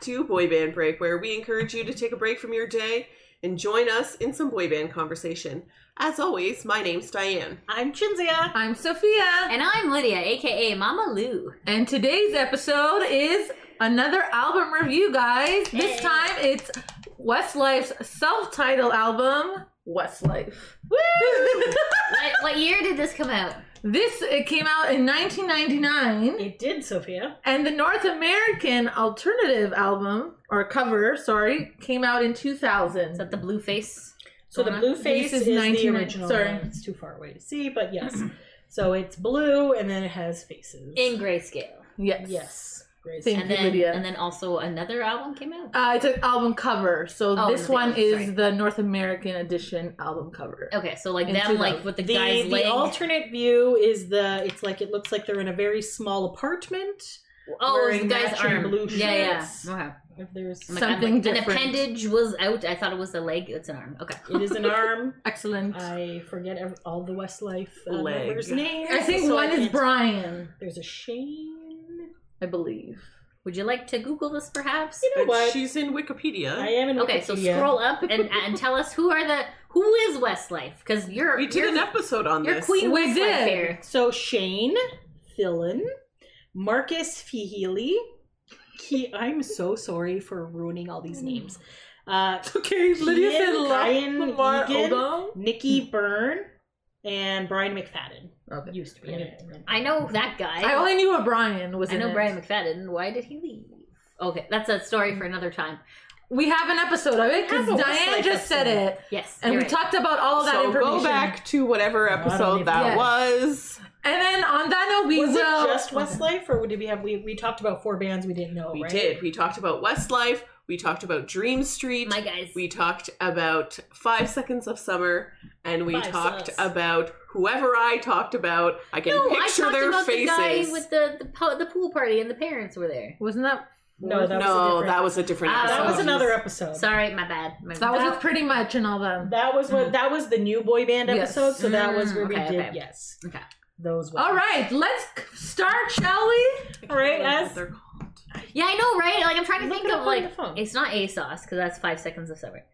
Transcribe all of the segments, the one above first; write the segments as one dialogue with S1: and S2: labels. S1: to Boy Band Break, where we encourage you to take a break from your day and join us in some boy band conversation. As always, my name's Diane.
S2: I'm Chinzia.
S3: I'm Sophia.
S4: And I'm Lydia, aka Mama Lou.
S3: And today's episode is another album review, guys. This
S4: Hey.
S3: time it's Westlife's self-titled album, Westlife. Woo!
S4: what, what year did this come out?
S3: this it came out in 1999,
S2: You did, Sophia.
S3: and the North American alternative album or cover, sorry, came out in 2000.
S4: Is that the blue face?
S2: So the
S4: Donna?
S2: blue face
S3: Uh-huh.
S2: uh, is,
S3: This is
S2: the
S3: 19
S2: original.
S3: sorry.
S2: one. It's too far away to see, but yes. so it's blue, and then it has faces.
S4: In grayscale.
S3: yes.
S2: yes, Grace.
S3: Thank
S4: and
S3: you,
S4: then,
S3: Lydia.
S4: And then also another album came out.
S3: Uh, it's an album cover, so
S4: Oh,
S3: this
S4: the
S3: one
S4: album,
S3: is
S4: sorry.
S3: the North American edition album cover.
S4: Okay, so like
S3: In
S4: them,
S3: 2000.
S4: like with the,
S2: The,
S4: guy's
S2: the
S4: leg.
S2: alternate view is the it's like it looks like they're in a very small apartment.
S4: oh, it was
S2: wearing
S4: the guy's
S2: matching
S4: arm.
S2: blue
S4: yeah, yeah.
S2: shirts.
S4: Okay.
S2: If there's
S4: I'm like, I'm
S3: Something
S4: like,
S3: different.
S4: An appendage was out. I thought it was a leg. It's an arm. Okay.
S2: it is an arm.
S3: Excellent.
S2: I forget ev- all the Westlife uh,
S1: Leg.
S2: members' names.
S3: I think
S2: so
S3: one is
S2: can't-
S3: Brian,
S2: There's a Shane.
S3: I believe.
S4: Would you like to Google this, perhaps?
S2: You know
S1: And
S2: what?
S1: she's in Wikipedia.
S2: I am in
S4: Okay, so
S2: Wikipedia.
S4: scroll up and, and tell us who are the who is Westlife because you're
S1: we did
S4: you're,
S1: an episode on
S4: you're
S1: this.
S4: Queen
S3: We
S4: Westlife
S3: did.
S4: here.
S2: So Shane, Fillon, Marcus Fihili. Ke- I'm so sorry for ruining all these names. Uh,
S3: Okay,
S2: Lydia said Ian, La- Ryan, Lamar Egan.
S3: Odom.
S2: Nikki
S4: Hmm.
S2: Byrne and Brian McFadden
S3: Okay.
S2: used to be in it.
S4: I know that guy.
S3: I only knew a Brian was
S4: I
S3: in
S4: know
S3: it.
S4: Brian McFadden. Why did he leave? Okay, that's a story for another time.
S3: We have an episode of it because
S2: We have a
S3: Diane
S2: Westlife
S3: just said
S2: episode.
S3: it,
S4: Yes,
S3: and
S4: you're
S3: we
S4: right.
S3: talked about all of that
S1: so
S3: information.
S1: go back to whatever
S2: I don't
S1: episode
S2: even-
S1: that
S3: Yes.
S1: was.
S3: And then on that note, we
S2: Was it
S3: will.
S2: just Westlife, or did we have we, we talked about four bands we didn't know?
S1: We
S2: right?
S1: did. We talked about Westlife. We talked about Dream Street.
S4: my guys.
S1: we talked about Five Seconds of Summer, and we
S2: Five
S1: talked
S2: Sus.
S1: about whoever I talked about. I can
S4: no, I
S1: picture
S4: talked
S1: their
S4: about
S1: faces.
S4: the guy with the the, po- the pool party and the parents were there.
S3: Wasn't that?
S2: No, that was a
S1: no,
S2: different-
S1: that was a different.
S4: Ah,
S1: episode.
S2: That was
S4: Oh,
S2: another episode.
S4: Sorry, my bad. My
S3: That was
S4: bad.
S3: with pretty much and all them.
S2: That was what that was the new boy band
S3: Yes.
S2: episode. So that was
S4: Hmm. Mm,
S2: where
S4: okay,
S2: we did
S4: okay.
S2: yes.
S4: Okay.
S2: Those ones.
S3: All right, let's start, shall we?
S2: All right,
S1: That's what
S2: as-
S1: they're called.
S4: yeah, I know, right? Like I'm trying to
S2: Look
S4: think
S2: it
S4: of
S2: up on your
S4: like
S2: phone.
S4: it's not a sauce because that's five seconds of summer.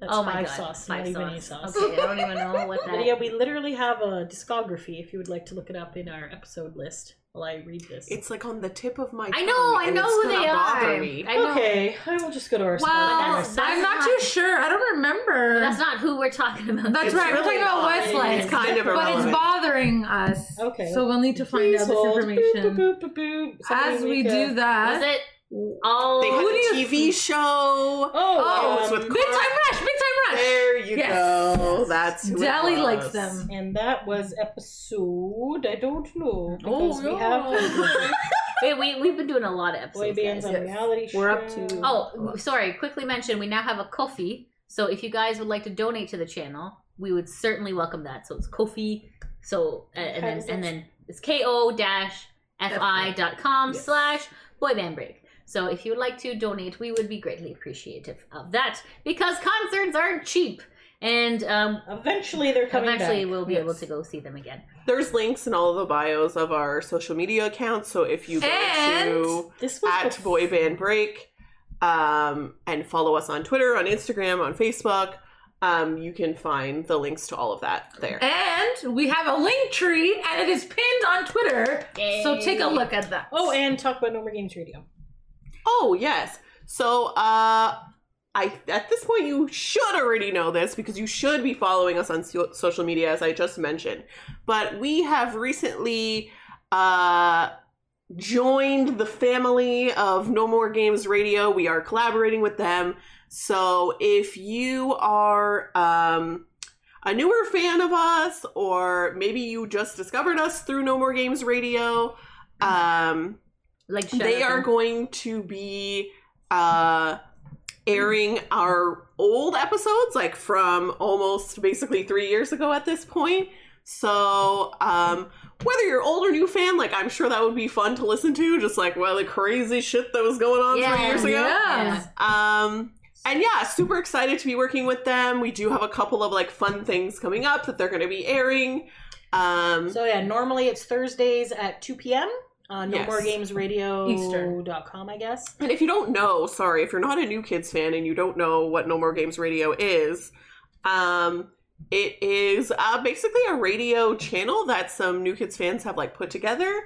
S2: That's
S4: oh my
S2: five
S4: god,
S2: sauce, not
S4: five
S2: even a
S4: sauce.
S2: sauce.
S4: Okay, I don't even know what that.
S2: Lydia, we literally have a discography if you would like to look it up in our episode list while I read this.
S1: It's like on the tip of my.
S4: I know,
S1: tongue,
S4: I
S1: and
S4: know
S1: it's
S4: who
S1: gonna
S4: they
S1: bother
S4: are.
S1: me.
S4: I know.
S2: okay, I will just go to our
S3: Wow,
S4: that's- that's
S3: I'm not,
S4: not-
S3: too sure. I don't remember.
S4: That's not who we're talking about.
S3: That's
S1: It's
S3: right.
S1: really
S3: we're
S2: odd.
S3: talking about Westlife,
S1: It's kind of
S3: but it's
S1: irrelevant.
S3: bothering us.
S2: Okay.
S3: So we'll need to find out this information as we do
S4: Was
S3: that.
S4: it all?
S1: They had
S3: Who do you
S1: a TV show.
S2: Oh,
S3: Oh,
S1: It's
S2: um,
S1: with
S3: Big time rush! Big time rush!
S1: There you
S3: Yes.
S1: go. That's who it
S3: Dally
S1: was.
S3: likes them.
S2: and that was episode. I don't know
S1: Oh,
S2: because we
S1: no.
S2: have
S4: Wait, we we've been doing a lot of
S2: boy bands
S4: episodes. guys.
S2: on
S3: Yes.
S2: reality shows.
S3: We're up to-
S4: Oh, sorry. Quickly mention we now have a Kofi. So if you guys would like to donate to the channel, we would certainly welcome that. So it's Kofi. So uh, and
S2: How
S4: then
S2: does
S4: and
S2: it-
S4: then it's ko dash fi dot com
S1: Yes.
S4: slash boyband break. So if you would like to donate, we would be greatly appreciative of that because concerts aren't cheap, and um,
S2: Eventually, they're coming
S4: eventually
S2: back.
S4: we'll be able
S3: Yes.
S4: to go see them again.
S1: There's links in all the bios of our social media accounts. So if you go to
S3: And-
S2: This was
S1: at
S2: before-
S1: Boy Band Break, um, and follow us on Twitter, on Instagram, on Facebook. Um, you can find the links to all of that there.
S3: And we have a link tree, and it is pinned on Twitter. So
S4: Yay.
S3: take a look at that.
S2: Oh, and talk about No More Games Radio.
S1: Oh yes, so uh, I at this point you should already know this because you should be following us on so- social media as I just mentioned. But we have recently uh joined the family of No More Games Radio. We are collaborating with them. So if you are um a newer fan of us or maybe you just discovered us through No More Games Radio, um
S4: Like shout
S1: they
S4: out
S1: are
S4: them.
S1: going to be uh airing our old episodes like from almost basically three years ago at this point so um whether you're old or new fan like i'm sure that would be fun to listen to just like well the crazy shit that was going on three
S4: Yeah,
S1: years ago
S3: yeah.
S1: um and yeah super excited to be working with them we do have a couple of like fun things coming up that they're going to be airing um
S2: So yeah, normally it's Thursdays at 2 p.m. Uh, no
S1: Yes.
S2: more games
S3: Eastern.
S2: radio.com, I guess.
S1: And if you don't know, sorry, if you're not a New Kids fan and you don't know what No More Games Radio is, um, it is uh, basically a radio channel that some New Kids fans have like put together,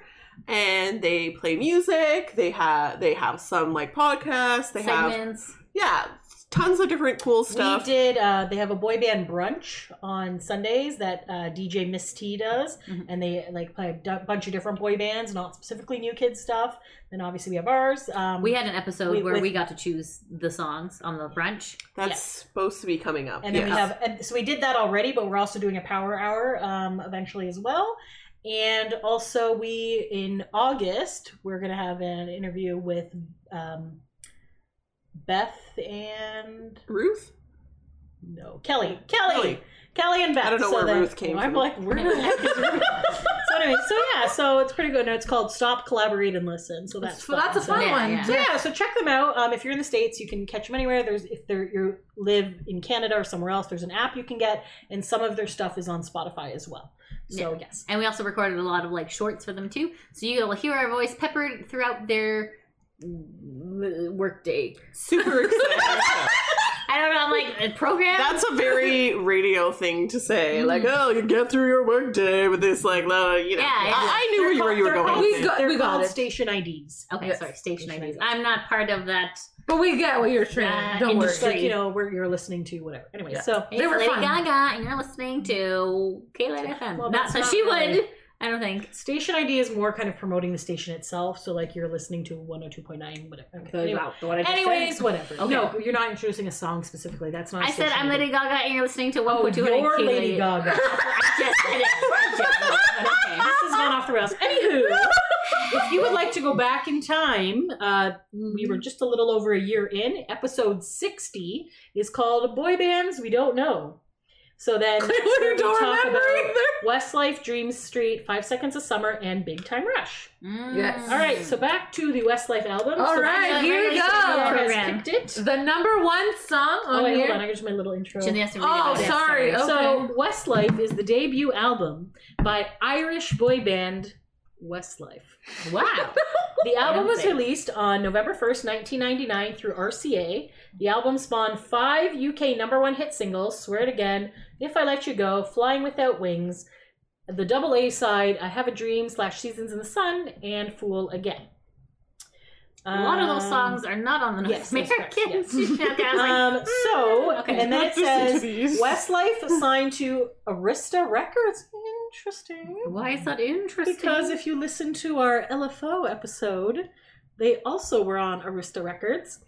S1: and they play music. They have they have some like podcasts. They have
S4: segments.
S1: yeah, tons of different cool stuff.
S2: We did. Uh, they have a boy band brunch on Sundays that uh, DJ Miss T does,
S4: Mhm.
S2: and they like play a d- bunch of different boy bands, not specifically new kids stuff. Then obviously we have ours. Um,
S4: We had an episode
S2: We-
S4: where
S2: with-
S4: we got to choose the songs on the brunch.
S1: That's
S2: yes.
S1: supposed to be coming up.
S2: and then we
S1: yes.
S2: have. And so we did that already, but we're also doing a power hour um, eventually as well. And also we in August we're gonna have an interview with um, Beth and
S1: Ruth.
S2: no Kelly. Kelly.
S1: Kelly.
S2: Kelly and Beth.
S1: I don't know
S2: so
S1: where
S2: then-
S1: Ruth came
S2: I'm
S1: from.
S2: like, where the heck is Ruth? so anyway, so yeah, so it's pretty good. And it's called Stop, Collaborate, and Listen. So that's
S3: so that's a
S2: So-
S3: fun
S4: Yeah,
S3: one.
S4: yeah.
S2: So yeah, so check them out. Um, if you're in the states, you can catch them anywhere. There's if they're you live in Canada or somewhere else, there's an app you can get, and some of their stuff is on Spotify as well. So yes,
S4: And we also recorded a lot of like shorts for them too. So you'll hear our voice peppered throughout their workday.
S1: Super excited.
S4: I don't know, I'm like a program.
S1: That's a very radio thing to say.
S2: Mm.
S1: Like, oh, you get through your workday with this, like, la- you know.
S4: Yeah,
S1: I,
S4: yeah.
S1: I knew where you, where you were
S2: They're
S1: going.
S2: called-
S3: We got-
S2: they're
S3: we got
S2: called
S3: it.
S2: station IDs.
S4: okay,
S3: Yes.
S4: sorry, station IDs. I'm not part of that.
S3: But we get what you're saying.
S4: Uh,
S3: Don't worry.
S2: It's like you know where you're listening to whatever. Anyway,
S3: Yeah.
S2: so
S4: It's
S3: They were
S4: Lady
S3: fun.
S4: Gaga, and you're listening to Kayla FM.
S2: Well,
S4: not,
S2: that's
S4: so
S2: not
S4: she
S2: really-
S4: would. I don't think.
S2: Station ID is more kind of promoting the station itself. So like you're listening to 102.9, whatever. Okay, anyway. Anyways, whatever.
S4: Okay.
S2: No, you're not introducing a song specifically. That's not.
S4: I said
S2: station
S4: I'm
S2: ID.
S4: Lady Gaga, and you're listening to
S2: Oh,
S4: 1.2 and
S2: you're
S4: Kayla.
S2: Lady Gaga.
S4: Yes, I did. But okay.
S2: this has gone off the rails. Anywho, if you would like to go back in time, uh, we were just a little over a year in. Episode 60 is called "Boy Bands We Don't Know." So then that's where
S1: Clearly
S2: we
S1: don't
S2: talk
S1: remember
S2: about
S1: either.
S2: Westlife, Dream Street, Five Seconds of Summer, and Big Time Rush.
S4: Mm.
S3: Yes.
S2: All right, so back to the Westlife album.
S3: All
S2: so
S3: right,
S2: Vanilla
S3: here we
S2: Ice
S3: go.
S2: has
S4: Program.
S2: picked it.
S3: the number one song
S2: Oh,
S3: on
S2: wait,
S3: here.
S2: hold on. I got just my little intro.
S4: Jim, they have to read
S3: Oh,
S4: about it.
S3: sorry. Okay.
S2: So, Westlife is the debut album by Irish boy band Westlife.
S4: Wow.
S2: The album was
S4: Fancy.
S2: released on November 1st, 1999 through RCA. The album spawned five UK number one hit singles Swear It Again, If I Let You Go, Flying Without Wings, the double A side, I Have a Dream, slash Seasons in the Sun, and Fool Again.
S4: A lot of those
S2: Um,
S4: songs are not on the North
S2: yes, that's correct,
S4: Americans.
S3: yes.
S4: okay, I was like,
S2: Um, so,
S4: Okay.
S2: and then it
S1: Let's listen to
S2: says
S1: these.
S2: Westlife signed to Arista Records. Interesting.
S4: why is that interesting?
S2: Because if you listen to our LFO episode, they also were on Arista Records.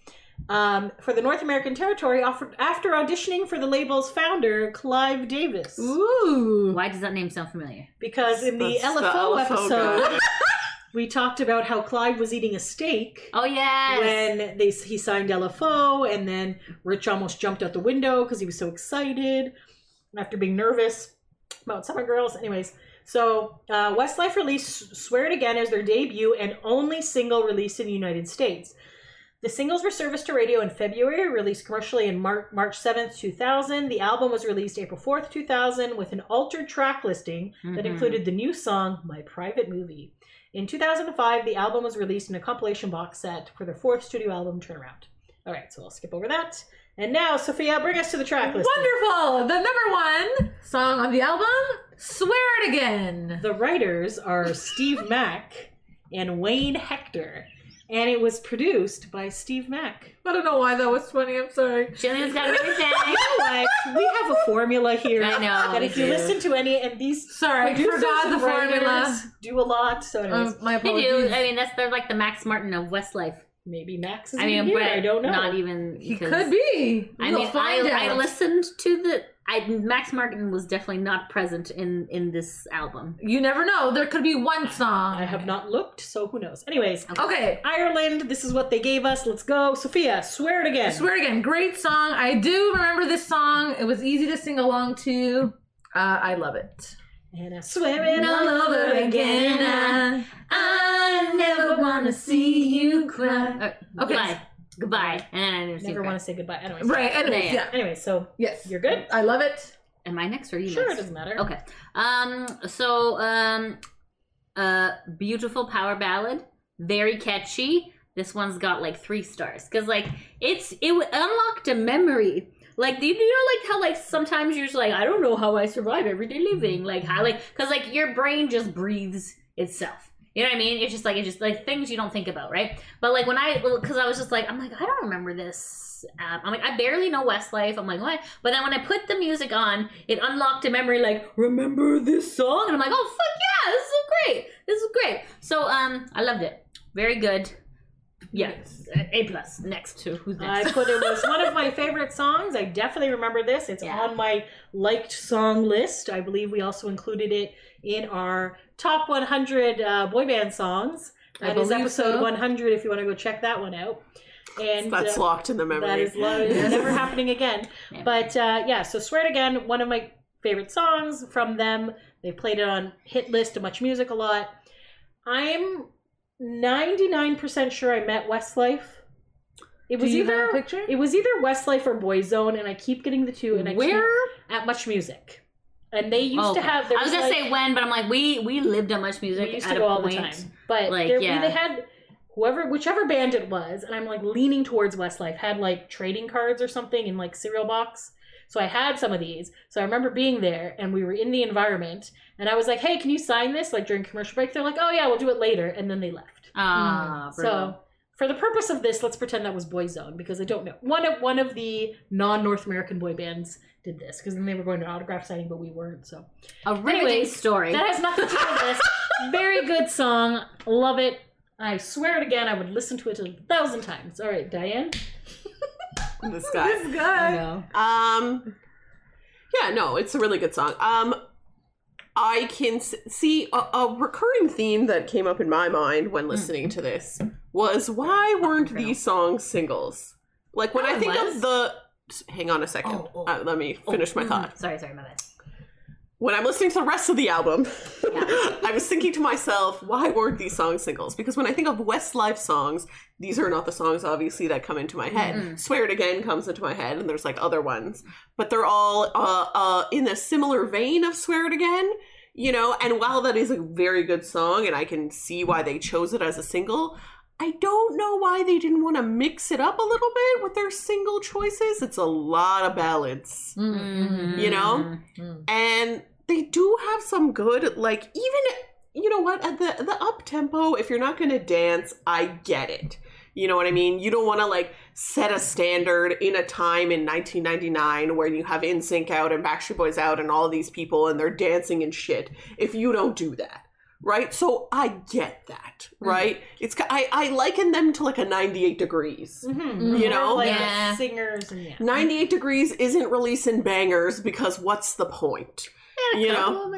S2: Um, for the North American territory, offered, after auditioning for the label's founder, Clive Davis.
S3: Ooh.
S4: why does that name sound familiar?
S2: Because in the
S1: That's
S2: LFO,
S1: guy.
S2: episode, we talked about how Clive was eating a steak
S4: Oh yes.
S2: when they he signed LFO, and then Rich almost jumped out the window because he was so excited after being nervous about Summer Girls. Anyways, so uh, Westlife released "Swear It Again" as their debut and only single released in the United States. The singles were serviced to radio in February, released commercially in Mar- March 7th, 2000. The album was released April 4th, 2000, with an altered track listing that
S4: Mhm.
S2: included the new song My Private Movie. In 2005, the album was released in a compilation box set for their fourth studio album, Turnaround. All right, so I'll skip over that. And now, Sophia, bring us to the track list.
S3: Wonderful. The number one song on the album, Swear It Again.
S2: The writers are Steve Mack and Wayne Hector, and it was produced by Steve Mack.
S3: I don't know why that was funny. I'm sorry.
S4: Jillian's got everything.
S2: Like, we have a formula here.
S4: I know,
S2: That
S4: we
S2: if you
S4: do.
S2: listen to any, and these
S3: Sorry, I
S2: producers
S3: forgot the
S2: and writers
S3: formula.
S2: do a lot. So, anyways,
S3: Um, my
S4: They do.
S3: apologies.
S4: I mean, that's they're like the Max Martin of Westlife.
S2: maybe Max is
S4: I
S2: in
S4: mean,
S2: here.
S4: but
S2: I don't know.
S4: Not even.
S3: he
S4: because-
S3: could be.
S4: I
S3: We'll
S4: mean,
S3: find
S4: I, I
S3: out.
S4: listened to the. I Max Martin was definitely not present in in this album.
S3: You never know. There could be one song.
S2: I have not looked, so who knows? Anyways,
S3: Okay.
S2: Ireland. This is what they gave us. Let's go, Sophia. Swear it again.
S3: I swear again, great song. I do remember this song. It was easy to sing along to. Uh, I love it.
S2: And I swear it all over again.
S3: I
S4: never wanna see
S3: you cry.
S4: Uh,
S3: Okay.
S4: Goodbye. Goodbye. And then I never,
S2: Never want
S4: want
S2: to say goodbye. Anyways,
S3: Right. Anyways,
S4: Yeah.
S3: yeah.
S2: Anyway, so
S3: Yes.
S2: You're good?
S3: I love it.
S4: Am I next or are you
S2: sure, it
S4: next?
S2: doesn't matter.
S4: Okay. Um. So um, Uh, beautiful power ballad, very catchy. This one's got like three stars because like it's it w- unlocked a memory. Like do you know like how like sometimes you're just like I don't know how I survive everyday living.
S2: Mm-hmm.
S4: Like how like because like your brain just breathes itself. You know what I mean? It's just like it's just like things you don't think about, right? But like when I because I was just like I'm like I don't remember this. App. I'm like I barely know Westlife. I'm like what? But then when I put the music on, it unlocked a memory like remember this song, and I'm like oh fuck yeah, this is so great. This is great. So um, I loved it. Very good. Yes, A plus. Next to who's
S2: I
S4: next?
S2: put it was one of my favorite songs. I definitely remember this. It's
S4: Yeah.
S2: on my liked song list. I believe we also included it in our top 100 uh, boy band songs.
S3: I
S2: That is
S3: believe
S2: episode
S3: so.
S2: 100 if you want to go check that one out. And uh,
S1: That's locked in the memory.
S2: that is love. It's never happening again.
S4: Never.
S2: But uh, yeah, so Swear It Again, one of my favorite songs from them. They played it on Hit List and Much Music a lot. I'm 99% sure I met Westlife. It
S3: Do
S2: was
S3: you
S2: either
S3: have a picture?
S2: it was either Westlife or Boyzone, and I keep getting the two. And I
S4: Where?
S2: keep, at Much Music, and they used
S4: Oh, Okay.
S2: to have. there
S4: I was gonna
S2: like-
S4: say when, but I'm like we we lived on much music.
S2: we used
S4: at
S2: to
S4: a
S2: go all the
S4: point.
S2: time, but
S4: Like,
S2: there,
S4: yeah.
S2: they had whoever, whichever band it was, and I'm like leaning towards Westlife had like trading cards or something in like cereal box. So I had some of these. So I remember being there, and we were in the environment, and I was like, "Hey, can you sign this?" Like during commercial break, they're like, "Oh yeah, we'll do it later," and then they left. Mm.
S4: Ah,
S2: Mm-hmm. So. For the purpose of this, let's pretend that was Boyzone because I don't know. One of one of the non-North American boy bands did this because then they were going to autograph signing, but we weren't. So
S4: a riveting
S2: anyways,
S4: story.
S2: that has nothing to do with this. Very good song. Love it. I swear it again, I would listen to it a thousand times. All right, Diane.
S1: This guy.
S3: This
S2: I
S3: guy.
S2: know.
S1: Um, yeah, no, it's a really good song. Um, I can s- see a, a recurring theme that came up in my mind when listening to this was why weren't these songs singles? Like when
S4: Oh,
S1: I
S4: it
S1: think
S4: was?
S1: of the, hang on a second,
S4: Oh, oh.
S1: Uh, let me
S4: Oh,
S1: finish my
S4: mhm.
S1: thought.
S4: Sorry, sorry, my bad.
S1: When I'm listening to the rest of the album,
S4: Yeah.
S1: I was thinking to myself, why weren't these songs singles? Because when I think of Westlife songs, these are not the songs, obviously, that come into my head.
S4: Mhm.
S1: Swear It Again comes into my head, and there's like other ones, but they're all uh, uh, in a similar vein of Swear It Again, you know. And while that is a very good song, and I can see why they chose it as a single, I don't know why they didn't want to mix it up a little bit with their single choices. It's a lot of ballads
S2: Mm-hmm.
S3: Mm,
S1: You know?
S3: mm, mm.
S1: and they do have some good like even you know what at the the up tempo if you're not gonna dance i get it you know what i mean you don't want to like set a standard in a time in 1999 where you have insync out and backstreet boys out and all these people and they're dancing and shit if you don't do that right so i get that right it's ki- i i liken them to like a 98 degrees
S2: Mhm.
S1: You know?
S2: We're like
S4: Yeah.
S2: singers and yeah.
S1: 98 degrees isn't releasing bangers because what's the point you know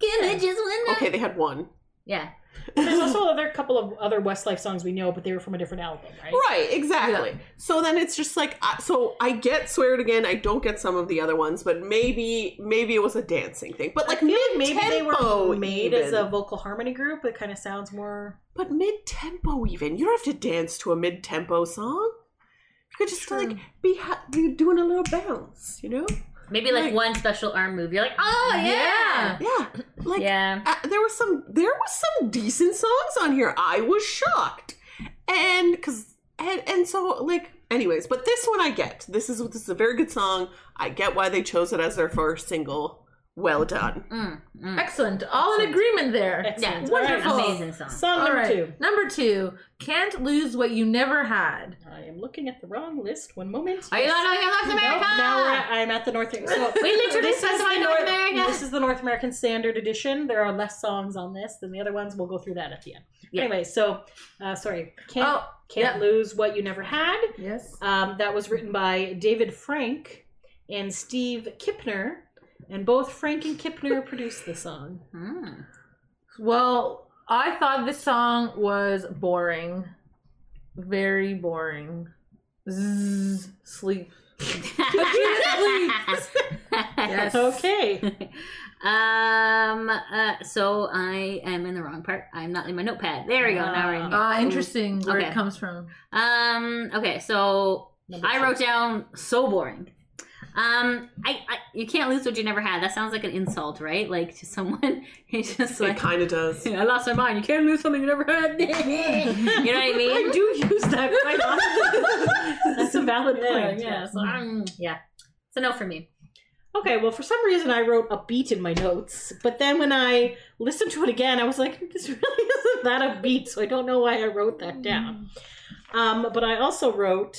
S4: Give me just one night.
S1: okay they had one
S4: Yeah.
S2: There's also other couple of other Westlife songs we know, but they were from a different album, right?
S1: Right, exactly. So then it's just like, I- so I get swear it again. I don't get some of the other ones, but maybe maybe it was a dancing thing. But
S2: I
S1: like
S2: feel
S1: mid
S2: like maybe they
S1: tempo,
S2: were made
S1: even.
S2: as a vocal harmony group. It kind of sounds more.
S1: but mid tempo even. You don't have to dance to a mid tempo song. You could just
S3: True.
S1: like be ha- be doing a little bounce, you know?
S4: Maybe like
S1: Like-
S4: one special arm move. You're like, oh yeah,
S1: Yeah, like
S4: yeah.
S1: uh, there was some there was some decent songs on here i was shocked and because and, and so like anyways but this one i get this is this is a very good song i get why they chose it as their first single well done
S4: Mm, mm.
S3: Excellent. All in
S2: Excellent.
S3: agreement there.
S4: Yeah,
S2: Excellent. All right.
S3: wonderful.
S4: amazing song.
S2: Song
S3: All
S2: number
S3: right.
S2: two.
S3: Number two. Can't lose what you never had.
S2: I am looking at the wrong list. One moment.
S4: Are you
S2: Yes.
S4: not looking at North
S2: Nope,
S4: America?
S2: now we're at, I'm at the North. So
S4: we literally
S2: this is
S4: specified
S2: the
S4: North
S2: North-
S4: America.
S2: This is the North American Standard Edition. There are less songs on this than the other ones. We'll go through that at the end.
S4: Yeah.
S2: Anyway, so uh, sorry, can't
S3: Oh,
S2: can't
S3: yeah.
S2: lose what you never had.
S3: yes.
S2: Um, that was written by David Frank and Steve Kipner, and both Frank and Kipner produced the song.
S4: Mm.
S3: Well, I thought this song was boring. Very boring. Zzz, sleep. Yes.
S2: Okay,
S4: um. Uh, so I am in the wrong part. I'm not in my notepad. There we go. Now we're in here.
S3: Ah, interesting where
S4: Okay.
S3: it comes from.
S4: Um. Okay. So
S2: Number
S4: I
S2: two.
S4: wrote down so boring. Um, I, I you can't lose what you never had. That sounds like an insult, right? Like to someone, it's just
S1: It
S4: like
S1: kind of does.
S4: I lost my mind. You can't lose something you never had. you know what I mean?
S2: I do use that quite often. That's a valid point.
S4: Yeah, yeah. So, um, yeah. It's a no for me.
S2: Okay, well, for some reason I wrote upbeat in my notes, but then when I listened to it again, I was like, this really isn't that upbeat, so I don't know why I wrote
S4: Mm.
S2: that down. Um, but I also wrote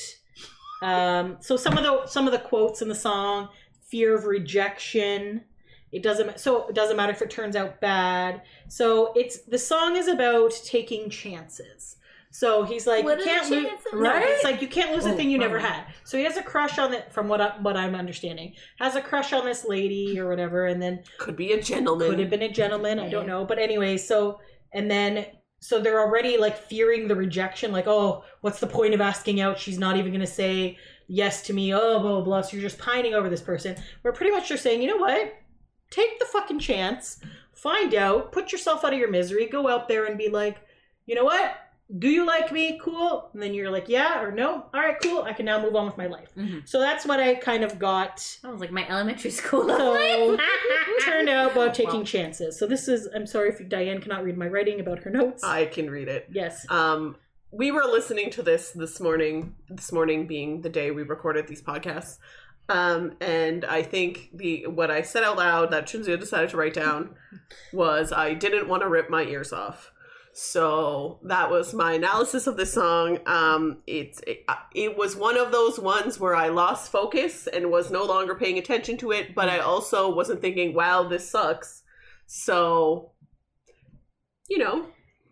S2: um, so some of the some of the quotes in the song, fear of rejection. It doesn't so it doesn't matter if it turns out bad. So it's the song is about taking chances. So he's like,
S4: What
S2: you
S4: are
S2: can't
S4: the
S2: lose,
S4: chances?
S2: right? It's like you can't lose a
S3: Oh,
S2: thing you never
S3: right.
S2: had. So he has a crush on it, from what I, what I'm understanding, has a crush on this lady or whatever, and then
S1: Could be a gentleman.
S2: could have been a gentleman. I don't
S4: Yeah.
S2: know. But anyway, so and then so they're already like fearing the rejection, like, oh, what's the point of asking out? She's not even gonna say yes to me, oh blah blah, blah. So you're just pining over this person. We're pretty much just saying, you know what? Take the fucking chance, find out, put yourself out of your misery, go out there and be like, you know what? Do you like me? Cool. And then you're like, yeah or no. All right, cool. I can now move on with my life.
S4: Mhm.
S2: So that's what I kind of got
S4: That was like my elementary school.
S2: so
S4: Turn
S2: turned out about taking
S4: Wow.
S2: chances. So this is I'm sorry if Diane cannot read my writing about her notes.
S1: I can read it.
S2: yes.
S1: Um, we were listening to this this morning. This morning being the day we recorded these podcasts, um, and I think the what I said out loud that Chinzio decided to write down was I didn't want to rip my ears off. So that was my analysis of this song. Um, it, it it was one of those ones where I lost focus and was no longer paying attention to it, but I also wasn't thinking, "Wow, this sucks." So, you know,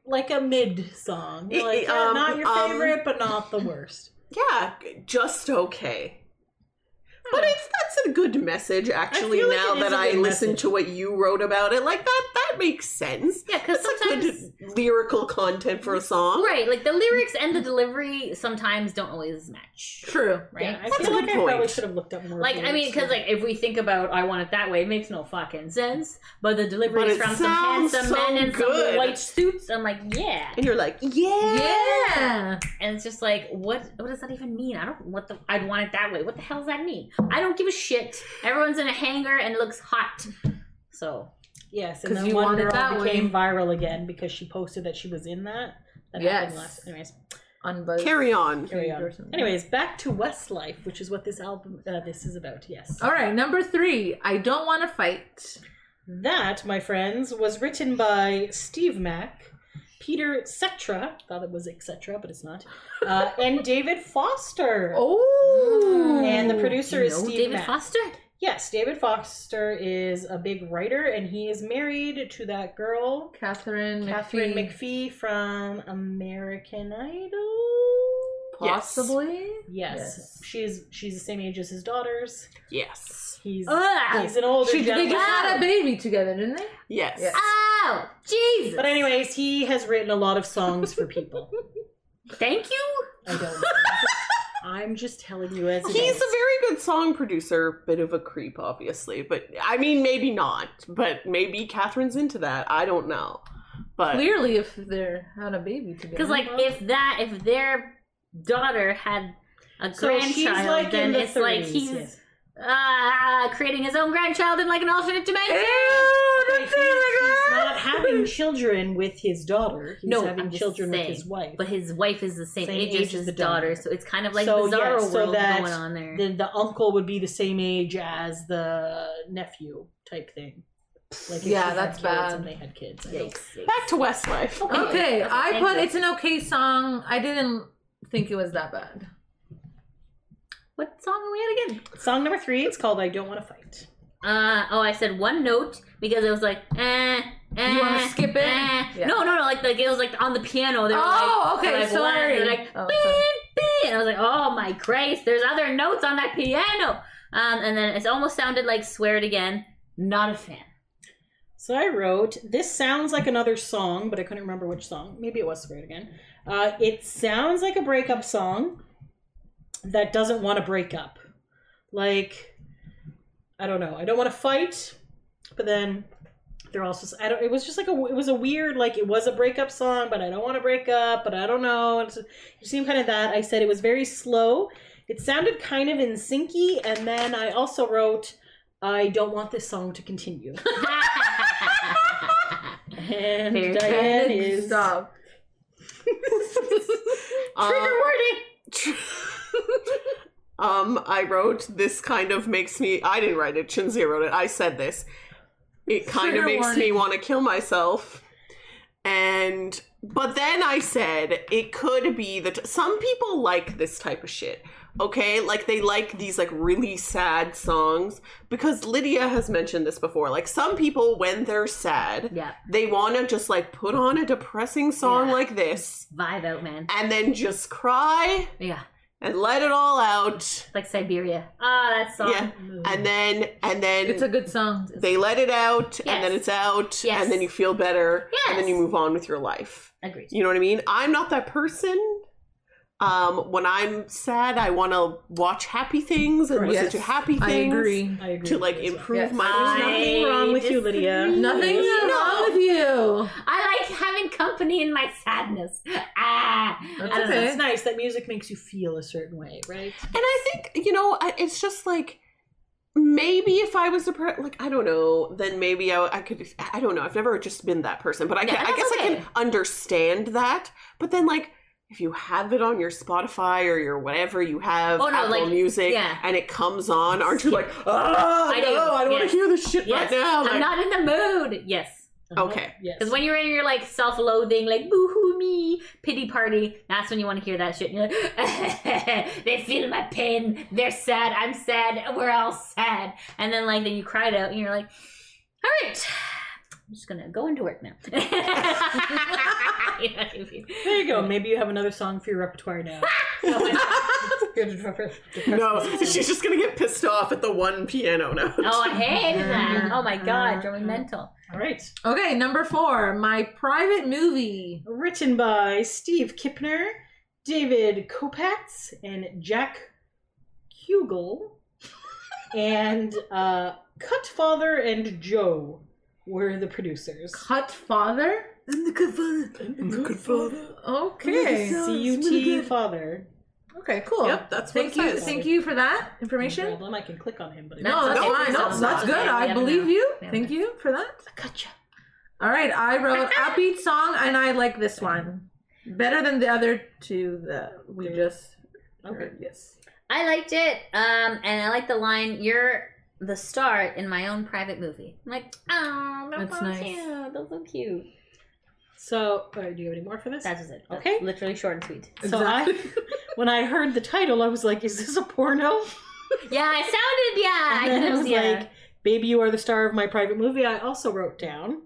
S2: Like a mid song.
S1: I-
S2: Like yeah,
S1: um,
S2: not your
S1: um,
S2: favorite, but not the worst.
S1: yeah, just okay. But it's that's a good message actually.
S2: Hmm. feel like
S1: now
S2: it is
S1: that
S2: a
S1: I
S2: good
S1: listened
S2: message.
S1: to what you wrote about it, like that that makes sense.
S4: Yeah, because
S1: That's like
S4: sometimes
S1: good Oh. lyrical content for a song.
S4: right, like the lyrics and the delivery sometimes don't always match.
S3: True.
S4: Right.
S2: Yeah, I
S1: That's
S2: feel
S1: a
S2: like
S1: good
S2: I probably
S1: point.
S2: should have looked up more.
S4: Like I mean,
S2: lyrics.
S4: because like if we think about "I Want It That Way," it makes no fucking sense. But the delivery
S1: But
S4: is
S1: it
S4: from some
S1: sounds
S4: handsome
S1: so
S4: men in
S1: good.
S4: some white suits. I'm like, yeah,
S1: And you're like, yeah,
S3: Yeah.
S4: and it's just like, what? What does that even mean? I don't. What the? I'd want it that way. What the hell does that mean? I don't give a shit. Everyone's in a hangar and looks hot. So
S2: yes,
S3: 'cause
S2: and then
S3: you
S2: one
S3: wanted
S2: girl
S3: that
S2: became
S3: way.
S2: viral again because she posted that she was in that. That happened
S3: Yes.
S2: last. Anyways,
S3: On both.
S1: carry on.
S2: carry on.
S3: or something.
S2: Anyways, back to Westlife, which is what this album uh, this is about. Yes.
S3: All right, number three. I don't want to fight.
S2: That, my friends, was written by Steve Mack, Peter Cetra, thought it was etc., but it's not, uh, and David Foster.
S3: Oh.
S2: Mm. And the producer
S4: You
S2: is
S4: know
S2: Steve
S4: David
S2: Mack.
S4: Foster.
S2: Yes, David Foster is a big writer, and he is married to that girl,
S3: Catherine.
S2: Catherine
S3: McPhee.
S2: McPhee from American Idol.
S3: Possibly.
S2: Yes,
S3: Yes.
S2: she's she's the same age as his daughters.
S1: Yes,
S2: He's
S4: Ugh.
S2: he's an older
S3: She, they
S2: gentleman.
S3: just had a baby together, didn't they?
S1: yes. Ah,
S3: Yeah.
S4: Oh, Jesus!
S2: But anyways, he has written a lot of songs for people.
S4: Thank you.
S2: I don't know. I'm just telling you as it
S1: He's
S2: is.
S1: a very good song producer, bit of a creep, obviously, but I mean, maybe not. But maybe Catherine's into that. I don't know. But
S3: Clearly, if they're had a baby together.
S4: Because like
S2: Well-
S4: if that if their daughter had a
S2: So
S4: grandchild,
S2: she's like in
S4: then
S2: the
S4: it's like
S2: 30s,
S4: he's
S2: yes.
S4: uh, creating his own grandchild in like an alternate dimension.
S2: Like, he's, he's not
S1: ah!
S2: having children with his daughter. He's
S4: No,
S2: having
S4: I'm just
S2: children with
S4: saying.
S2: his wife.
S4: But his wife is the same, age, as his
S2: the
S4: daughter,
S2: daughter.
S4: so it's kind of like
S2: So,
S4: the Bizarro
S2: yes, so
S4: world
S2: that
S4: going on there.
S2: the, the uncle would be the same age as the nephew type thing. Like if
S3: Yeah,
S2: she had
S3: that's
S2: kids
S3: bad.
S2: And they had kids. I don't-
S4: Yikes, yikes.
S1: back to Westlife.
S4: Okay.
S3: Okay, I
S4: thank
S3: put
S4: you.
S3: it's an okay song. I didn't think it was that bad.
S4: What song are we at again?
S2: Song number three. It's called "I Don't Want to Fight."
S4: Uh oh, I said one note because it was like eh. eh,
S3: You wanna skip it?
S4: eh.
S3: Yeah.
S4: No, no, no. Like, like it was like on the piano. They were
S3: Oh,
S4: like, they were
S3: okay,
S4: like, one,
S3: sorry.
S4: They're like,
S3: Oh,
S4: "Beep,
S3: sorry.
S4: beep," and I was like, oh my grace, there's other notes on that piano. Um, and then it almost sounded like swear it again. Not a fan.
S2: So I wrote, this sounds like another song, but I couldn't remember which song. Maybe it was Swear It Again. Uh, it sounds like a breakup song that doesn't want to break up. Like, I don't know. I don't want to fight, but then they're also, I don't, it was just like a, it was a weird, like, it was a breakup song, but I don't want to break up, but I don't know. It's, it seemed kind of that. I said it was very slow It sounded kind of in syncy, and then I also wrote, I don't want this song to continue. And
S4: Fair.
S2: Diane is
S3: Stop.
S1: Um,
S2: warning.
S1: um, I wrote this kind of makes me. I didn't write it. Shinzia wrote it. I said this. It kind
S3: Trigger
S1: of makes me
S3: warning.
S1: want to kill myself. And but then I said it could be that some people like this type of shit. Okay, like they like these like really sad songs because Lydia has mentioned this before. Like some people when they're sad,
S4: yeah,
S1: they want to just like put on a depressing song
S4: Yeah.
S1: like this
S4: vibe out, man.
S1: and then just cry
S4: Yeah,
S1: and let it all out
S4: like Siberia. Ah, that song.
S1: Yeah. and then and then
S3: It's a good song.
S1: they let it out and then
S4: Yes.
S1: it's out
S4: Yes.
S1: and then you feel better and then
S4: Yes.
S1: you move on with your life
S4: Agreed.
S1: you know what i mean i'm not that person um when i'm sad i want to watch happy things and listen
S3: Yes.
S1: to happy things
S3: I agree.
S2: I agree.
S1: to like
S2: with you.
S1: improve
S3: Yes.
S1: my
S2: There's
S1: life.
S2: nothing wrong with you,
S4: I
S2: Lydia.
S4: disagree.
S3: Nothing's wrong with you.
S4: I like having company in my sadness. Ah,
S3: That's
S4: I don't
S3: okay.
S4: know.
S2: It's nice that music makes you feel a certain way, right?
S1: And I think you know, I- it's just like maybe if I was a per- like I don't know, then maybe I, I could. I don't know. I've never just been that person, but I
S4: Yeah,
S1: can, I
S4: that's
S1: guess I
S4: okay.
S1: can understand that. But then like. If you have it on your Spotify or your whatever you have
S4: Oh, no,
S1: Apple
S4: like,
S1: Music
S4: yeah.
S1: and it comes on, aren't you like, oh,
S4: I do.
S1: no, I don't want
S4: Yes.
S1: to hear this shit
S4: Yes,
S1: right now.
S4: I'm
S1: Like,
S4: not in the mood. Yes.
S1: Okay.
S2: Uh-huh. Yes.
S4: Because when you're in your like self-loathing, like boo-hoo me, pity party, that's when you want to hear that shit. And you're like, they feel my pain. They're sad. I'm sad. We're all sad. And then like then you cried out, and you're like, all right, I'm just gonna go into work now. You know what I mean?
S2: there you go. Maybe you have another song for your repertoire now.
S1: no, she's just going to get pissed off at the one piano note.
S4: Oh, I hated that. Oh my god, drove me mental.
S2: All right.
S3: Okay, number four, my private movie.
S2: Written by Steve Kipner, David Kopatz, and Jack Kugel. and uh, Cutfather and Joe were the producers.
S3: Cut Father.
S1: I'm the good father. I'm the good father.
S3: Okay.
S2: C U T Father.
S3: Okay. Cool.
S1: Yep, that's what it
S3: Thank you.
S1: says.
S3: Thank you for that
S2: No
S3: information.
S2: problem. I can click on him, but
S3: No, that's
S1: okay.
S3: fine. No,
S1: Sounds
S3: that's
S1: okay.
S3: good.
S4: We
S3: I
S4: have
S3: believe
S4: enough.
S3: you.
S4: We have
S3: Thank you for that.
S4: Gotcha.
S3: All right, I wrote upbeat song, and I like this one better than the other two that we just
S2: okay.
S3: heard. Yes.
S4: I liked it. Um, and I like the line, "You're the star in my own private movie." I'm like, oh, that's,
S3: That's
S4: so
S3: nice.
S4: cute. That's so cute.
S2: So, all right, do you have any more for this?
S4: That was it. That's
S2: Okay.
S4: literally short and sweet.
S2: So I, when I heard the title, I was like, "Is this a porno?"
S4: Yeah, it sounded. Yeah, I
S2: And then
S4: could
S2: I
S4: have.
S2: was
S4: Yeah.
S2: like, "Baby, you are the star of my private movie." I also wrote down,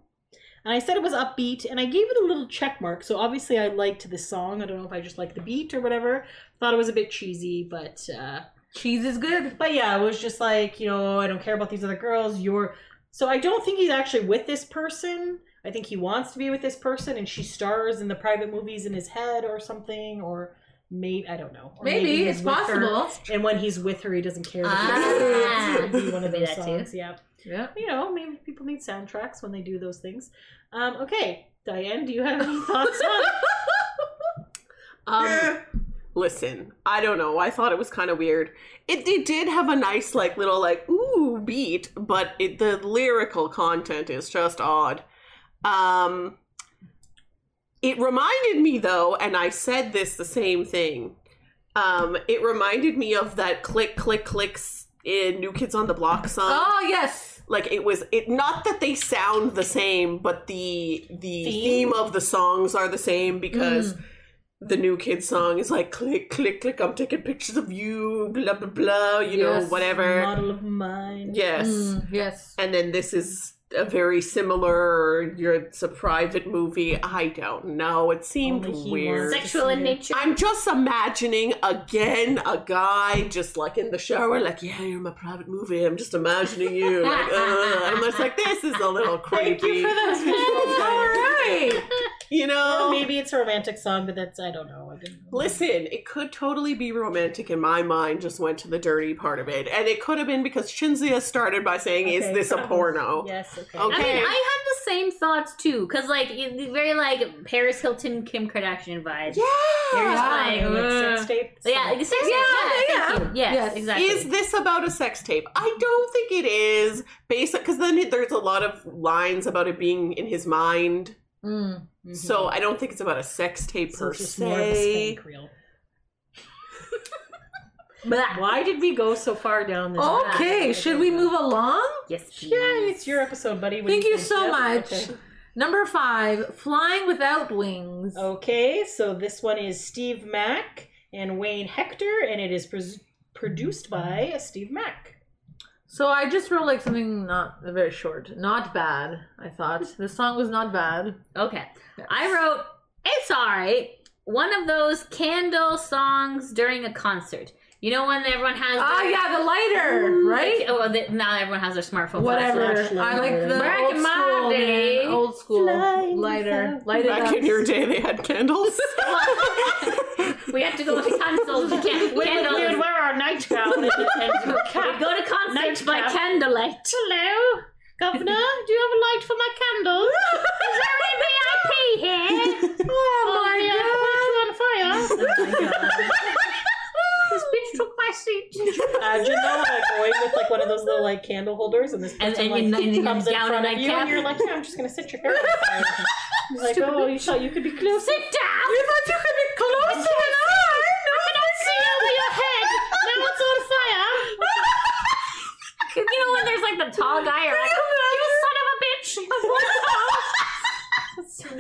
S2: and I said it was upbeat, and I gave it a little check mark. So obviously, I liked this song. I don't know if I just liked the beat or whatever. Thought it was a bit cheesy, but uh,
S3: Cheese is good.
S2: but yeah, it was just like you know, I don't care about these other girls. You're so I don't think he's actually with this person. I think he wants to be with this person, and she stars in the private movies in his head or something, or maybe I don't know. Or
S3: Maybe,
S2: he's
S3: it's
S2: with her.
S3: possible.
S2: And when he's with her, he doesn't care.
S4: Ah.
S2: It could be one of
S4: Could be
S2: those
S4: that too.
S2: songs. Yeah,
S3: Yeah.
S2: you know, maybe people need soundtracks when they do those things. Um, okay, Diane, do you have any thoughts on?
S1: Um, listen, I don't know. I thought it was kind of weird. It, it did have a nice, like, little, like, ooh beat, but it, the lyrical content is just odd. Um, it reminded me, though, and I said this the same thing. Um, it reminded me of that click, click, clicks in New Kids on the Block song.
S3: Oh yes.
S1: Like it was it not that they sound the same, but the the
S2: Theme?
S1: theme, of the songs are the same because
S3: Mm,
S1: the new kid song is like click click click I'm taking pictures of you blah blah blah you know
S3: Yes,
S1: whatever
S2: Model of mine.
S1: yes
S3: Mm, yes.
S1: and then this is a very similar you're it's a private movie I don't know it seemed
S2: Only he
S1: weird
S2: wants-
S4: Sexual in
S2: Yeah.
S4: nature.
S1: I'm just imagining again a guy just like in the shower, like, yeah, you're my private movie. I'm just imagining you. Like, uh, I'm just like, this is a little creepy.
S2: Thank you for those visuals.
S3: All
S2: Diane.
S3: right.
S1: You know,
S2: Or maybe it's a romantic song, but that's I don't know. I didn't
S1: listen, it could totally be romantic, and my mind just went to the dirty part of it. And it could have been because Shinzia started by saying, is
S2: Okay.
S1: this a porno?
S2: Yes. Okay.
S1: Okay.
S4: I mean, I had the same thoughts too, cause like it- very like Paris Hilton, Kim Kardashian vibes.
S1: Yeah.
S4: You're
S3: Ah,
S4: just like,
S2: Like, like sex
S4: "Ugh."
S2: tape.
S4: yeah, like, sex tape,
S3: Yeah,
S4: yeah,
S3: yeah.
S4: thank you. Yes,
S3: Yes.
S4: exactly.
S1: Is this about a sex tape? I don't think it is. Based because then it- there's a lot of lines about it being in his mind.
S3: Mm.
S4: Mhm.
S1: So I don't think it's about a sex tape
S2: Mm-hmm. So
S1: per
S2: it's just more of a
S1: se.
S2: spank reel.
S4: Blah.
S2: Why did we go so far down this?
S4: Oh,
S2: path?
S3: Okay, should we move along?
S4: Yes, please.
S2: yeah, it's your episode, buddy. What do
S3: Thank you
S2: think?
S3: so
S2: Yep,
S3: much.
S2: okay.
S3: Number five, flying without wings.
S2: Oh. Okay, so this one is Steve Mack and Wayne Hector, and it is pres produced by Steve Mack.
S3: So I just wrote like something not very short. Not bad, I thought. the song was not bad.
S4: Okay. I wrote, it's alright. One of those candle songs during a concert. You know when everyone has.
S3: Ah,
S4: their-
S3: yeah, the lighter, right?
S4: Oh, well, they, now everyone has their smartphone.
S3: Whatever.
S2: flashlight.
S3: I like the
S4: Back
S3: old
S4: in my
S3: school,
S4: day.
S3: man. old school
S2: Flying
S3: lighter,
S2: without
S3: lighted
S1: Back
S3: up.
S1: in your day, they had candles.
S4: We have to go with the consoles. We can't.
S2: We would, we would
S4: candles.
S2: wear our nightgown and, and
S4: We go to concerts by
S2: Nightcap.
S4: candlelight.
S2: Hello, Governor. Do you have a light for my candle?
S4: Is there any VIP here?
S2: Oh, my God! Put you on fire.
S4: Oh, This bitch took my seat.
S2: Imagine though, like going with like one of those little like candle holders, and this
S4: And-
S2: person
S4: and you-
S2: like
S4: and you
S2: comes in
S4: down
S2: front
S4: in
S2: of
S4: that
S2: you,
S4: cap.
S2: and you're like, "Yeah, I'm just gonna set your hair on fire." He's like,
S4: Stupid
S2: "Oh, you thought you could be close."
S4: Sit down.
S3: You thought you could be close enough.
S2: Now it's on fire.
S4: You know when there's like the tall guy or like, you son of a bitch.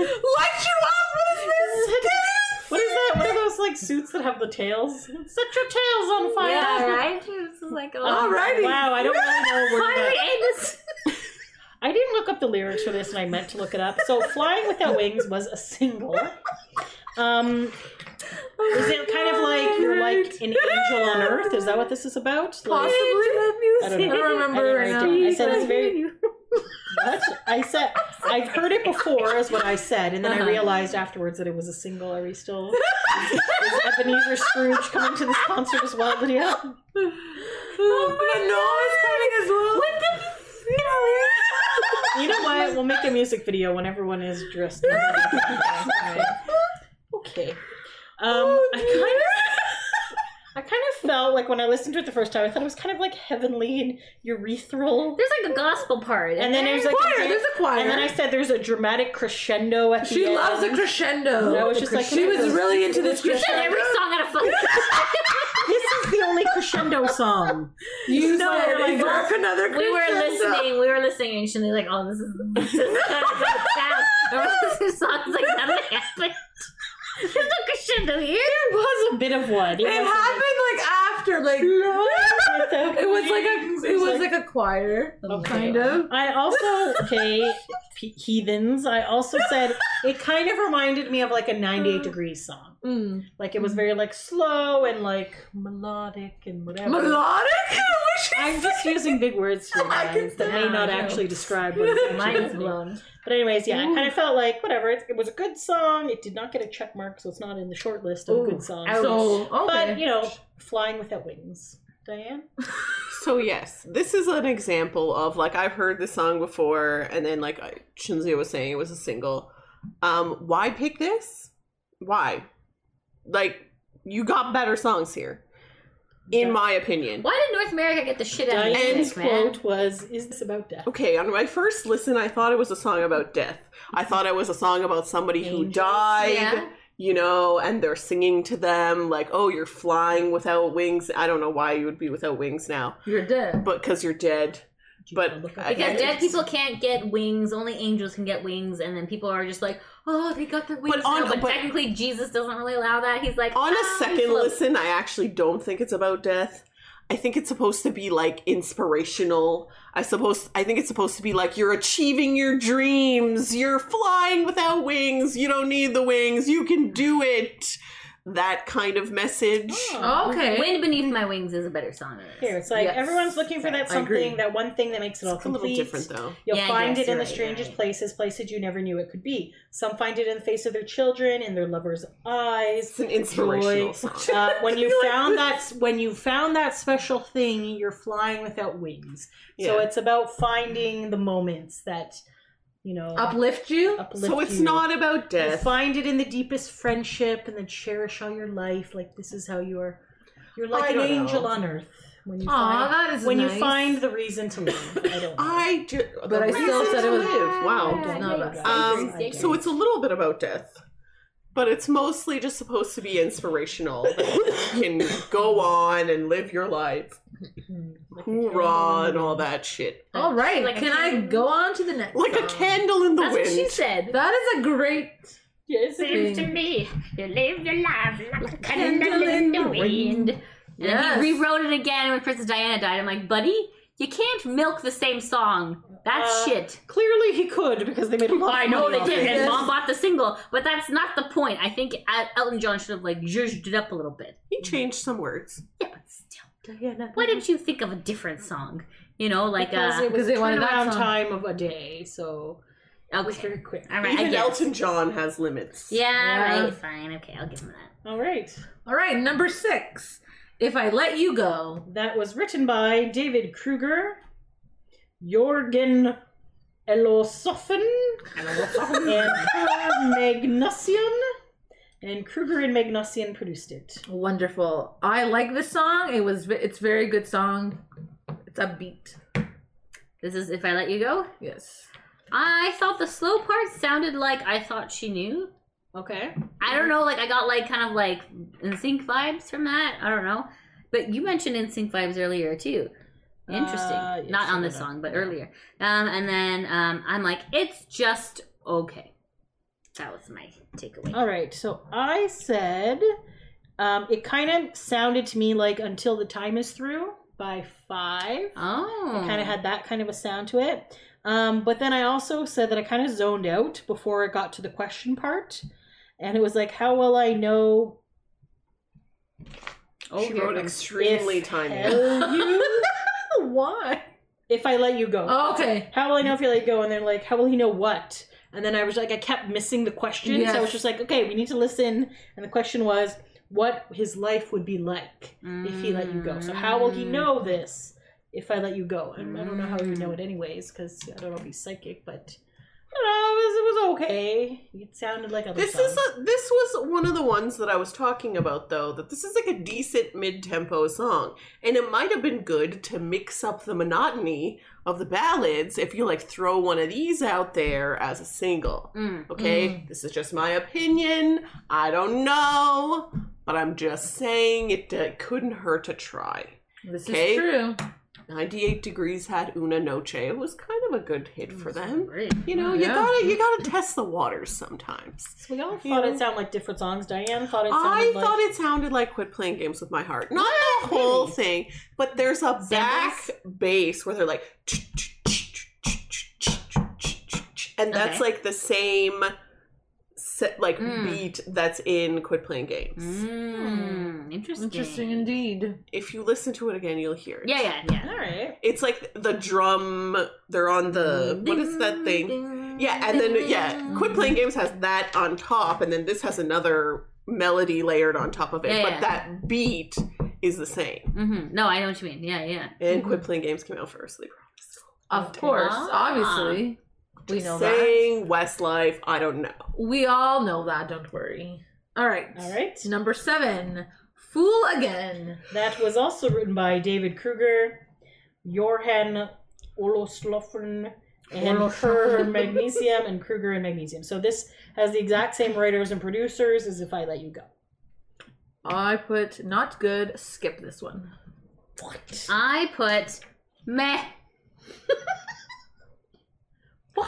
S3: Light you up. What is this?
S2: What is that? What are those like suits that have the tails? Set your tails on fire.
S4: Yeah, right? This is like, oh,
S3: Alrighty.
S2: Wow, I don't really know a word
S4: Why do
S2: about
S4: we end this?
S2: I didn't look up the lyrics for this, and I meant to look it up. So, "Flying Without Wings" was a single. Um, is it kind of like you're like an angel on earth? Is that what this is about? Like,
S3: Possibly.
S2: I
S3: I
S2: don't know.
S3: I don't remember
S2: I
S3: right
S2: didn't
S3: now.
S2: write it down. I said it's very. What? I said I've heard it before, is what I said, and then I
S4: Uh-huh.
S2: realized afterwards that it was a single. Are we still? Is, is Ebenezer Scrooge coming to this concert as well? Did he?
S3: Oh, but no, it's coming as well. What the?
S2: You know what? We'll make a music video when everyone is dressed. up. Alright. okay. Um,
S3: Oh,
S2: I kind of. I kind of felt like when I listened to it the first time, I thought it was kind of like heavenly and urethral.
S4: There's like a gospel part.
S2: And then there's like, a
S3: Choir.
S2: dan-
S3: There's a choir.
S2: and then I said there's a dramatic crescendo at the
S3: she
S2: end.
S3: loves a crescendo.
S2: I was just like,
S3: she was really into this
S4: You said every
S3: crescendo.
S4: song had a fucking.
S2: This is the only crescendo song.
S3: You
S2: No,
S3: said
S2: like,
S3: embark another crescendo.
S4: We were listening. We were listening, and she's like, "Oh, this is this is kind of good sound." And we're listening to songs like that. Like, happened. There's no crescendo here.
S2: It was a bit of one. It
S3: It
S2: was
S3: happened like after, like
S2: a bit of-
S3: it was like a it was like a choir
S2: Okay.
S3: kind of.
S2: I also okay, p- heathens. I also said it kind of reminded me of like a 98 degrees song.
S3: Mm.
S2: Like it was very like slow and like melodic and whatever.
S3: Melodic. I wish
S2: I'm just using big words here,
S3: I can
S2: guys, that may
S4: tell.
S2: not actually describe what it's
S4: Mine
S2: actually
S4: is blown.
S2: But anyways, yeah, I kind of felt like whatever. It, it was a good song. It did not get a check mark, so it's not in the short list of
S3: Ooh,
S2: good songs.
S3: I so
S2: but
S3: okay.
S2: you know, flying without wings, Diane.
S1: So yes, this is an example of like I've heard this song before, and then like I- Shinzio was saying, it was a single. Um, why pick this? Why? Like you got better songs here, in my opinion.
S4: Why did North America get the shit out of
S2: Diane's
S4: this, man?
S2: quote was, "Is this about death?"
S1: Okay, on my first listen, I thought it was a song about death. I thought it was a song about somebody who
S2: Angels,
S1: died,
S4: yeah.
S1: you know, and they're singing to them like, "Oh, you're flying without wings." I don't know why you would be without wings now,
S3: You're dead.
S1: but because you're dead. But I-
S4: Because dead people can't get wings. Only angels can get wings, and then people are just like, "Oh, they got their wings." But,
S1: on-
S4: now. but,
S1: but-
S4: technically, Jesus doesn't really allow that. He's like,
S1: on a
S4: "Ah, we
S1: second
S4: float."
S1: listen, I actually don't think it's about death. I think it's supposed to be like inspirational. I suppose I think it's supposed to be like you're achieving your dreams. You're flying without wings. You don't need the wings. You can do it. That kind of message.
S3: Okay.
S4: "Wind Beneath My Wings" is a better song. Than this.
S2: Here, it's like
S3: Yes.
S2: everyone's looking for that
S1: I agree.
S2: something, that one thing that makes it all
S1: It's a little
S2: complete.
S1: different though.
S2: You'll
S4: Yeah, I
S2: find
S4: guess
S2: it in
S4: you're
S2: the
S4: right,
S2: strangest
S4: right.
S2: places, places you never knew it could be. Some find it in the face of their children, in their lovers' eyes.
S1: It's an inspirational
S2: Joy.
S1: song.
S2: Uh, when you found that, when you found that special thing, you're flying without wings. So
S1: Yeah.
S2: it's about finding the moments that you know,
S3: Uplift you.
S2: uplift
S1: So it's
S2: you.
S1: not about
S2: You
S1: death.
S2: Find it in the deepest friendship, and then cherish all your life. Like this is how you are. You're like
S1: I
S2: an
S1: don't know.
S2: angel on earth when you
S3: Aw,
S2: find
S3: that is
S2: when
S3: nice.
S2: you find the reason to live. I don't. Know.
S1: I do,
S3: But I still
S1: reason
S3: said
S1: to
S3: it was-
S1: live.
S4: Oh
S1: Wow.
S3: Yeah. not about
S1: Um,
S2: Thank
S1: So
S2: you.
S1: it's a little bit about death, but it's mostly just supposed to be inspirational. that you can go on and live your life, hoorah, and all that shit.
S3: All right.
S4: Like a
S3: Can I
S4: candle.
S3: go on to the next?
S1: Like a
S3: song?
S1: candle in the
S4: That's
S1: wind.
S4: what she said.
S3: That is a great.
S2: yes,
S4: Seems to me you live your life like a candle in the wind. And
S3: Yes.
S4: then he rewrote it again when Princess Diana died. I'm like, buddy, you can't milk the same song. That's
S2: Uh, oh
S4: shit.
S2: clearly he could because they made a lot.
S4: I
S2: of
S4: know
S2: money
S4: they
S2: off
S4: did,
S2: it.
S4: and
S3: Yes.
S4: mom bought the single, but that's not the point. I think El- Elton John should have like zhuzhed it up a little bit.
S1: He changed some words.
S4: Yeah, but still,
S3: Diana.
S4: why didn't you think of a different song? You know, like
S2: because it
S4: uh,
S2: was
S3: Because they wanted that
S2: turnaround
S3: song.
S2: time of a day, so it was
S4: okay,
S2: very quick.
S4: all right, I
S1: Even
S4: guess.
S1: Elton John has limits.
S4: Yeah,
S3: Yeah.
S4: right, fine, okay, I'll give him that.
S2: All right,
S3: All right, number six. If I let you go.
S2: that was written by David Kruger, Jorgen Elosofen, and Carl Magnussian, and Kruger and Magnussian produced it.
S3: Wonderful. I like this song. It was. It's a very good song. It's upbeat.
S4: This is if I let you go.
S3: Yes.
S4: I thought the slow part sounded like I thought she knew.
S2: Okay,
S4: I don't know, like I got like kind of like in sync vibes from that. I don't know. But you mentioned in sync vibes earlier too. Interesting.
S2: Uh, yes,
S4: Not
S2: I
S4: on this
S2: know.
S4: song, but
S2: Yeah.
S4: earlier. Um, and then um, I'm like, it's just okay. That was my takeaway.
S2: all right. So I said um, it kind of sounded to me like "Until the Time Is Through" by Five.
S4: oh,
S2: It kind of had that kind of a sound to it. Um, but then I also said that I kind of zoned out before it got to the question part. And it was like, how will I know
S4: Oh,
S1: she
S4: here
S1: wrote
S4: it comes.
S1: extremely
S2: if
S1: tiny.
S2: hell you
S3: Why?
S2: if I let you go?
S3: Oh, okay.
S2: How will I know if I let you go? And they're like, how will he know what? And then I was like, I kept missing the question. So I was
S3: Yes.
S2: just like, okay, we need to listen. And the question was, what his life would be like if he let you go. So how will he
S4: Mm.
S2: know this if I let you go? And I don't know how he would know it
S1: Mm.
S2: anyways, because I don't know if he's psychic, but I don't know, it was, it was okay. It sounded like other
S1: This
S2: songs.
S1: is a, this was one of the ones that I was talking about though that this is like a decent mid-tempo song and it might have been good to mix up the monotony of the ballads if you like throw one of these out there as a single.
S4: Mm.
S1: Okay? This is just my opinion. I don't know, but I'm just saying it uh, couldn't hurt to try.
S3: This
S1: Okay.
S3: is true.
S1: 98 degrees had Una Noche. It was kind of a good hit for them.
S4: Great.
S1: You know, you
S3: Yeah.
S1: got to you got to test the waters sometimes.
S2: we all thought it sounded like different songs. Diane thought it
S1: I
S2: sounded like
S1: thought it sounded like "Quit Playing Games with My Heart." Not the whole thing, but there's a back bass where they're like, and that's
S4: Okay.
S1: like the same set, like
S4: Mm.
S1: beat that's in "Quit Playing Games."
S4: Hmm.
S2: Hmm.
S4: Mm. Interesting.
S3: Interesting indeed.
S1: If you listen to it again, you'll hear it.
S4: Yeah, yeah, yeah.
S2: All right.
S1: It's like the drum. They're on the Uh, what is that thing? Yeah, and then yeah, Quit Playing Games has that on top, and then this has another melody layered on top of it.
S4: Yeah,
S1: but
S4: yeah.
S1: that beat is the same.
S4: Mm-hmm. No, I know what you mean. Yeah, yeah.
S1: And
S3: Mhm.
S1: Quit Playing Games came out first. They promised.
S3: Of
S1: Okay.
S3: course,
S4: Ah.
S3: obviously, we know that.
S1: Saying Westlife, I don't know.
S3: We all know that. Don't worry. All right.
S2: All right.
S3: Number seven. Fool again.
S2: That was also written by David Kruger, Johan Olosloffen, and her Magnesium, and Kruger and Magnesium. So this has the exact same writers and producers as If I Let You Go.
S3: I put not good. Skip this one.
S2: What?
S4: I put meh.
S3: What?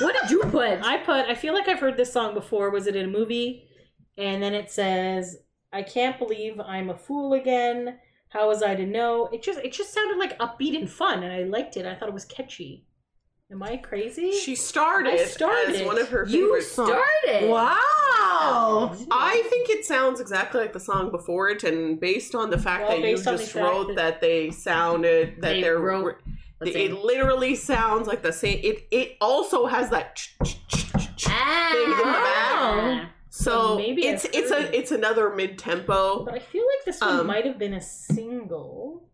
S4: What did you put?
S2: I put, I feel like I've heard this song before. Was it in a movie? And then it says, I can't believe I'm a fool again. How was I to know? It just it just sounded like upbeat and fun, and I liked it. I thought it was catchy. Am I crazy?
S1: She started,
S2: I started.
S1: as one of her
S4: you
S1: favorite songs.
S4: started.
S3: Wow.
S1: I think it sounds exactly like the song before it, and based on the fact
S2: Well,
S1: that you
S2: based on the
S1: just
S2: fact
S1: wrote
S2: that-
S1: that, they sounded that
S4: They
S1: are
S4: wrote the
S1: it
S4: same.
S1: literally sounds like the same. It it also has that.
S4: Ah.
S1: Thing in the
S3: back.
S1: So
S2: Maybe
S1: it's
S2: I've
S1: it's
S2: heard
S1: a
S2: it.
S1: it's another mid tempo.
S2: But I feel like this one
S1: Um,
S2: might have been a single.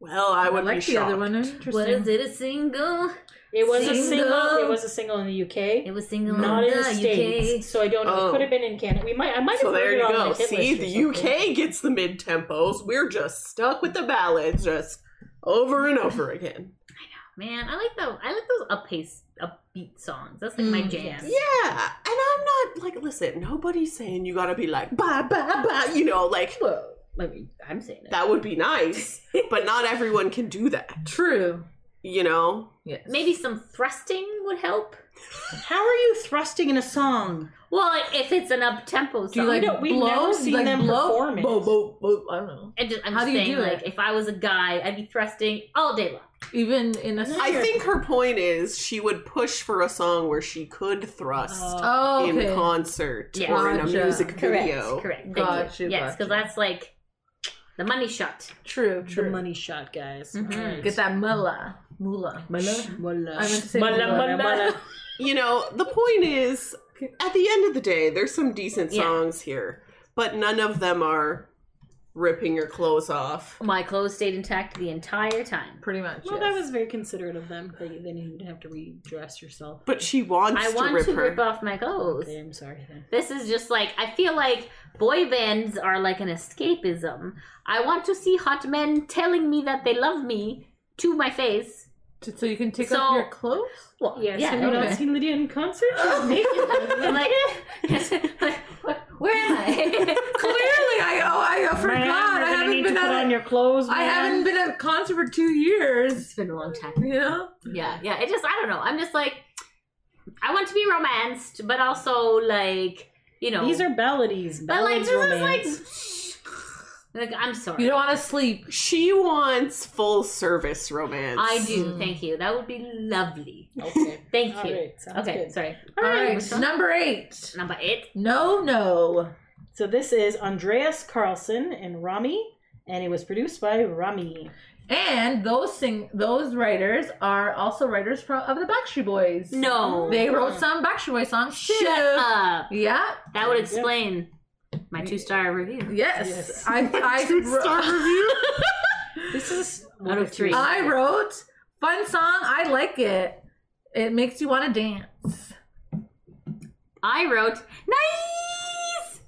S1: Well, I would be
S3: like the
S1: shocked.
S3: other one. Interesting.
S4: Was it a single?
S2: It was a
S4: Single.
S2: single. It was a single in the UK,
S4: It was single
S2: not in
S4: in
S2: the states. So I don't know.
S1: Oh.
S2: It could have been in Canada. We might. I might have
S1: So
S2: heard
S1: there
S2: it
S1: you
S2: on
S1: go.
S2: my hit
S1: See,
S2: list or
S1: the
S2: something.
S1: UK gets the mid tempos. We're just stuck with the ballads, just over and over again.
S4: Man, I like the I like those up pace upbeat songs. That's like my
S3: Mm,
S4: jam.
S1: Yeah, and I'm not like, listen, nobody's saying you gotta be like, ba ba ba, you know, like
S4: Well, I mean, I'm saying it.
S1: that would be nice, but not everyone can do that,
S3: True.
S1: you know?
S3: Yes.
S4: Maybe some thrusting would help.
S2: How are you thrusting in a song?
S4: Well, if it's an up tempo song,
S3: Do you like
S2: We don't- we've
S3: blow?
S2: never
S3: Do you
S2: seen
S3: like
S2: them
S3: blow?
S2: perform it. Oh,
S3: Bo, bo, bo, I don't know.
S4: I just, I'm
S3: How
S4: just
S3: do you
S4: saying,
S3: do
S4: like,
S3: it?
S4: if I was a guy, I'd be thrusting all day long.
S3: Even in a.
S2: No.
S1: I think her point is she would push for a song where she could thrust
S2: Uh,
S3: Oh,
S1: in
S3: okay.
S1: concert
S4: Yes.
S1: or in a
S3: Gotcha.
S1: music video.
S4: Correct. Thank
S3: Gotcha,
S4: you. Yes, because
S3: gotcha.
S4: that's like the money shot.
S3: True,
S2: Oh, the
S3: true.
S2: money shot, guys.
S4: Mhm.
S2: Alright.
S3: Get that mullah. Mullah. Mullah?
S2: Mullah.
S3: I meant to say
S2: Mullah,
S3: mullah.
S2: mullah.
S1: You know, the point is, at the end of the day, there's some decent
S4: Yeah.
S1: songs here, but none of them are ripping your clothes off.
S4: My clothes stayed intact the entire time.
S3: Pretty much.
S2: Well,
S3: yes.
S2: that was very considerate of them. They, they knew you'd have to redress yourself.
S1: But she wants
S4: I
S1: to
S4: want
S1: rip
S4: to
S1: her.
S4: rip off my clothes.
S2: Okay, I'm sorry. Then.
S4: This is just like I feel like boy bands are like an escapism. I want to see hot men telling me that they love me to my face.
S3: T- So you can take
S4: So-
S3: off your clothes?
S4: Well,
S2: Yes,
S4: yeah,
S2: have you
S4: okay.
S2: not seen Lydia in concert? She's
S4: I'm
S2: naked.
S4: like, where am I?
S3: Clearly, I oh, I
S2: Man,
S3: forgot.
S2: you're
S3: I
S2: gonna
S3: haven't
S2: need to
S3: been
S2: put on
S3: at
S2: your clothes.
S3: I
S2: man.
S3: haven't been at a concert for two years.
S4: it's been a long time.
S3: You know,
S2: Mm-hmm.
S4: Yeah, yeah. It just I don't know. I'm just like I want to be romanced, but also like you know
S2: These are balladies.
S4: but like
S2: ballads
S4: this
S2: romance.
S4: is like like I'm sorry.
S3: you don't want to sleep.
S1: She wants full service romance.
S4: I do.
S3: Mm.
S4: Thank you. That would be lovely.
S2: Okay.
S4: Thank
S2: All
S4: you.
S2: right, sounds
S4: okay,
S2: good.
S4: sorry.
S3: All right,
S4: Michelle.
S3: number eight.
S4: Number eight.
S3: No, no.
S2: So this is Andreas Carlson and Rami, and it was produced by Rami.
S3: And those sing those writers are also writers from of the Backstreet Boys.
S4: No.
S3: they wrote some Backstreet Boys songs too.
S4: Shut up.
S3: Yeah.
S4: That would
S2: Yeah.
S4: explain my two star review.
S3: Yes.
S2: Yes.
S3: I I
S1: Two star review?
S2: This is
S4: Out of three.
S3: I wrote fun song. I like it. It makes you want to dance.
S4: I wrote nice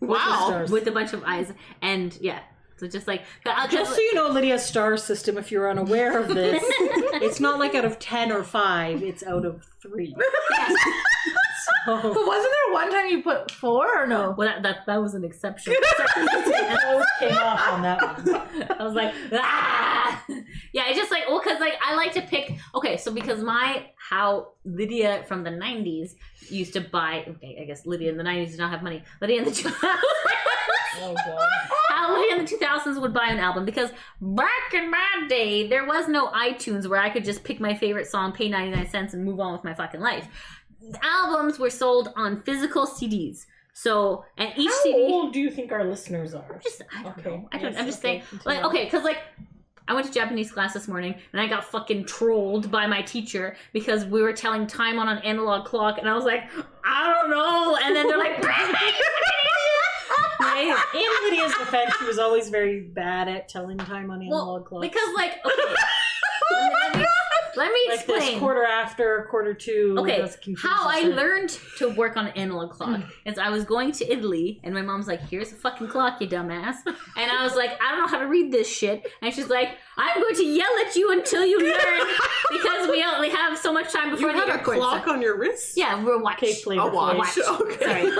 S1: Wow.
S2: Stars.
S4: with a bunch of eyes, and yeah, so just like but I'll
S2: Just so you know, Lydia's star system, if you're unaware of this, it's not like out of 10 or 5, it's out of 3. So,
S3: But wasn't there one time you put four or no?
S4: well, that, that that was an exception.
S2: those came off on that one.
S4: I was like, ah! yeah, it's just like, well, because like I like to pick. Okay, so because my how Lydia from the '90s used to buy. Okay, I guess Lydia in the '90s did not have money. Lydia in the 2000s.
S2: Oh, God.
S4: how Lydia in the 2000s would buy an album because back in my day there was no iTunes where I could just pick my favorite song, pay 99 cents, and move on with my fucking life. Albums were sold on physical CDs. So, and each
S2: How
S4: CD.
S2: old do you think our listeners are?
S4: Just I don't
S2: Okay.
S4: know. I don't.
S2: Yes,
S4: I'm just
S2: okay.
S4: saying. Like
S2: Continue.
S4: okay, because like I went to Japanese class this morning and I got fucking trolled by my teacher because we were telling time on an analog clock and I was like, I don't know. And then they're like,
S2: Right? In Lydia's defense, she was always very bad at telling time on analog
S4: well,
S2: clocks.
S4: because like okay. let me, let me
S2: like this
S4: explain.
S2: quarter after, quarter two.
S4: Okay,
S2: that's confusing.
S4: how I learned to work on an analog clock is I was going to Italy and my mom's like, "Here's a fucking clock, you dumbass," and I was like, "I don't know how to read this shit," and she's like, "I'm going to yell at you until you learn because we only have so much time
S1: You
S4: before the
S1: had a
S4: airport." So-
S1: clock on your wrist?
S4: yeah, we're watching.
S2: Okay,
S4: So
S1: A
S2: flavor.
S1: watch.
S4: Watch.
S1: Okay.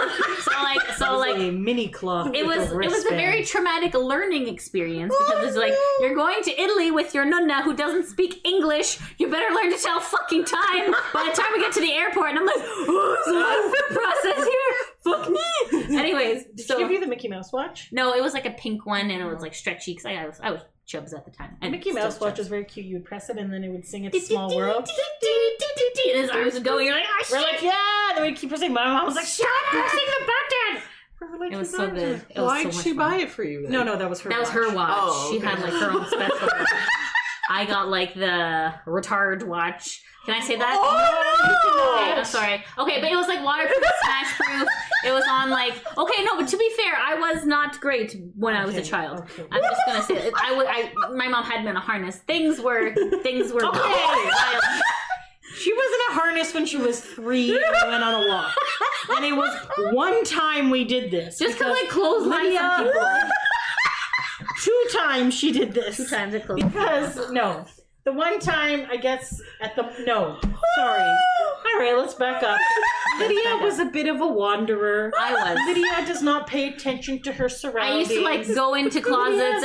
S4: like, so like,
S2: a mini clock.
S4: it
S2: with a
S4: was it was a
S2: wristband.
S4: very traumatic learning experience because it's like you're going to Italy with your nonna who doesn't speak English. You better learn to tell fucking time by the time we get to the airport. And I'm like, oh, it's a lot of foot process here. Fuck me. Anyways,
S2: Did she
S4: so
S2: give you the Mickey Mouse watch?
S4: no, it was like a pink one and it was like stretchy because I was I was chubs at the time. And
S2: Mickey
S4: still
S2: Mouse watch
S4: chubs.
S2: was very cute. You would press it, and then it would sing "It's a Small World."
S4: And his arms would go. And you're like, oh shit.
S2: We're like, yeah. And then we keep pressing. My mom was like,
S4: shut up, sing the button.
S2: "We're like,
S4: It was
S2: "She's
S4: so
S2: on
S4: good.
S2: it."
S4: It was
S1: Why'd
S4: so much
S1: she
S4: fun.
S1: buy it for you then?
S2: No, no, that was her.
S4: That was her watch.
S1: Oh,
S4: She
S1: okay.
S4: had like her own special. watch. I got like the retard watch. Can I say that?
S1: Oh,
S4: Okay, I'm sorry. Okay, but it was like waterproof, smash proof. It was on like okay, no, but to be fair, I was not great when I was a
S2: Okay,
S4: child.
S2: okay.
S4: I'm just gonna say that I would. I my mom had me in a harness. Things were things were. wild.
S2: She was in a harness when she was three and we went on a walk. And it was one time we did this.
S4: Just kind
S2: because
S4: of like clothesline some
S2: Lydia-
S4: people.
S2: two times she did this.
S4: Two times I closed.
S2: Because no. The one time I guess at the no. Sorry. Alright, let's back up. Lydia was a bit of a wanderer.
S4: I was.
S2: Lydia does not pay attention to her surroundings.
S4: I used to like go into closets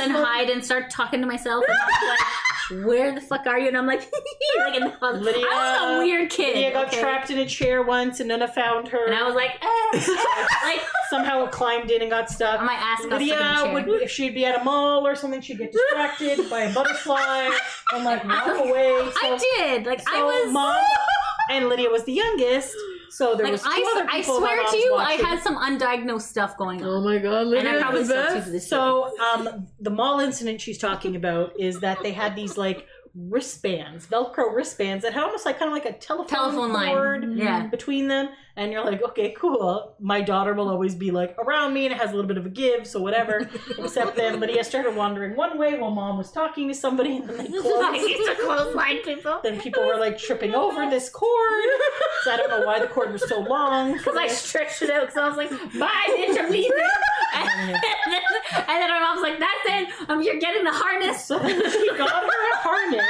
S4: and hide and start talking to myself. And I'm like, where the fuck are you? And I'm like, like in the hug.
S2: Lydia-
S4: I was a weird kid.
S2: Lydia got
S4: okay?
S2: trapped in a chair once and Nona found her.
S4: and I was like, eh, eh, like
S2: Somehow it climbed in and got stuck.
S4: my ass got stuck in the
S2: Lydia
S4: chair.
S2: would, if she'd be at a mall or something, she'd get distracted by a butterfly and like walk away. So,
S4: I did. Like I
S2: so
S4: was.
S2: mom and Lydia was the youngest, so there
S4: like
S2: was two
S4: I,
S2: other
S4: I
S2: people. my
S4: swear
S2: mom's
S4: to you,
S2: watching.
S4: I had some undiagnosed stuff going on,
S3: Oh my god, Lydia
S4: and I
S3: is the
S4: probably still do
S3: best.
S4: to this. day.
S2: So um, the mall incident she's talking about is that they had these like wristbands, Velcro wristbands that had almost like kind of like a telephone, cord
S4: telephone line, Mm-hmm. yeah,
S2: between them, and you're like, okay, cool. My daughter will always be like around me, and it has a little bit of a give, so whatever. Except then Lydia started wandering one way while mom was talking to somebody, and then they
S4: I
S2: closed.
S4: used to clothesline people
S2: then people were like tripping over this cord. So I don't know why the cord was so long.
S4: because I stretched it out because I was like, "Bye, bitch, I'm leaving." and, then, and then my mom's like, "That's it. Um, you're getting the harness."
S2: So then she got her a harness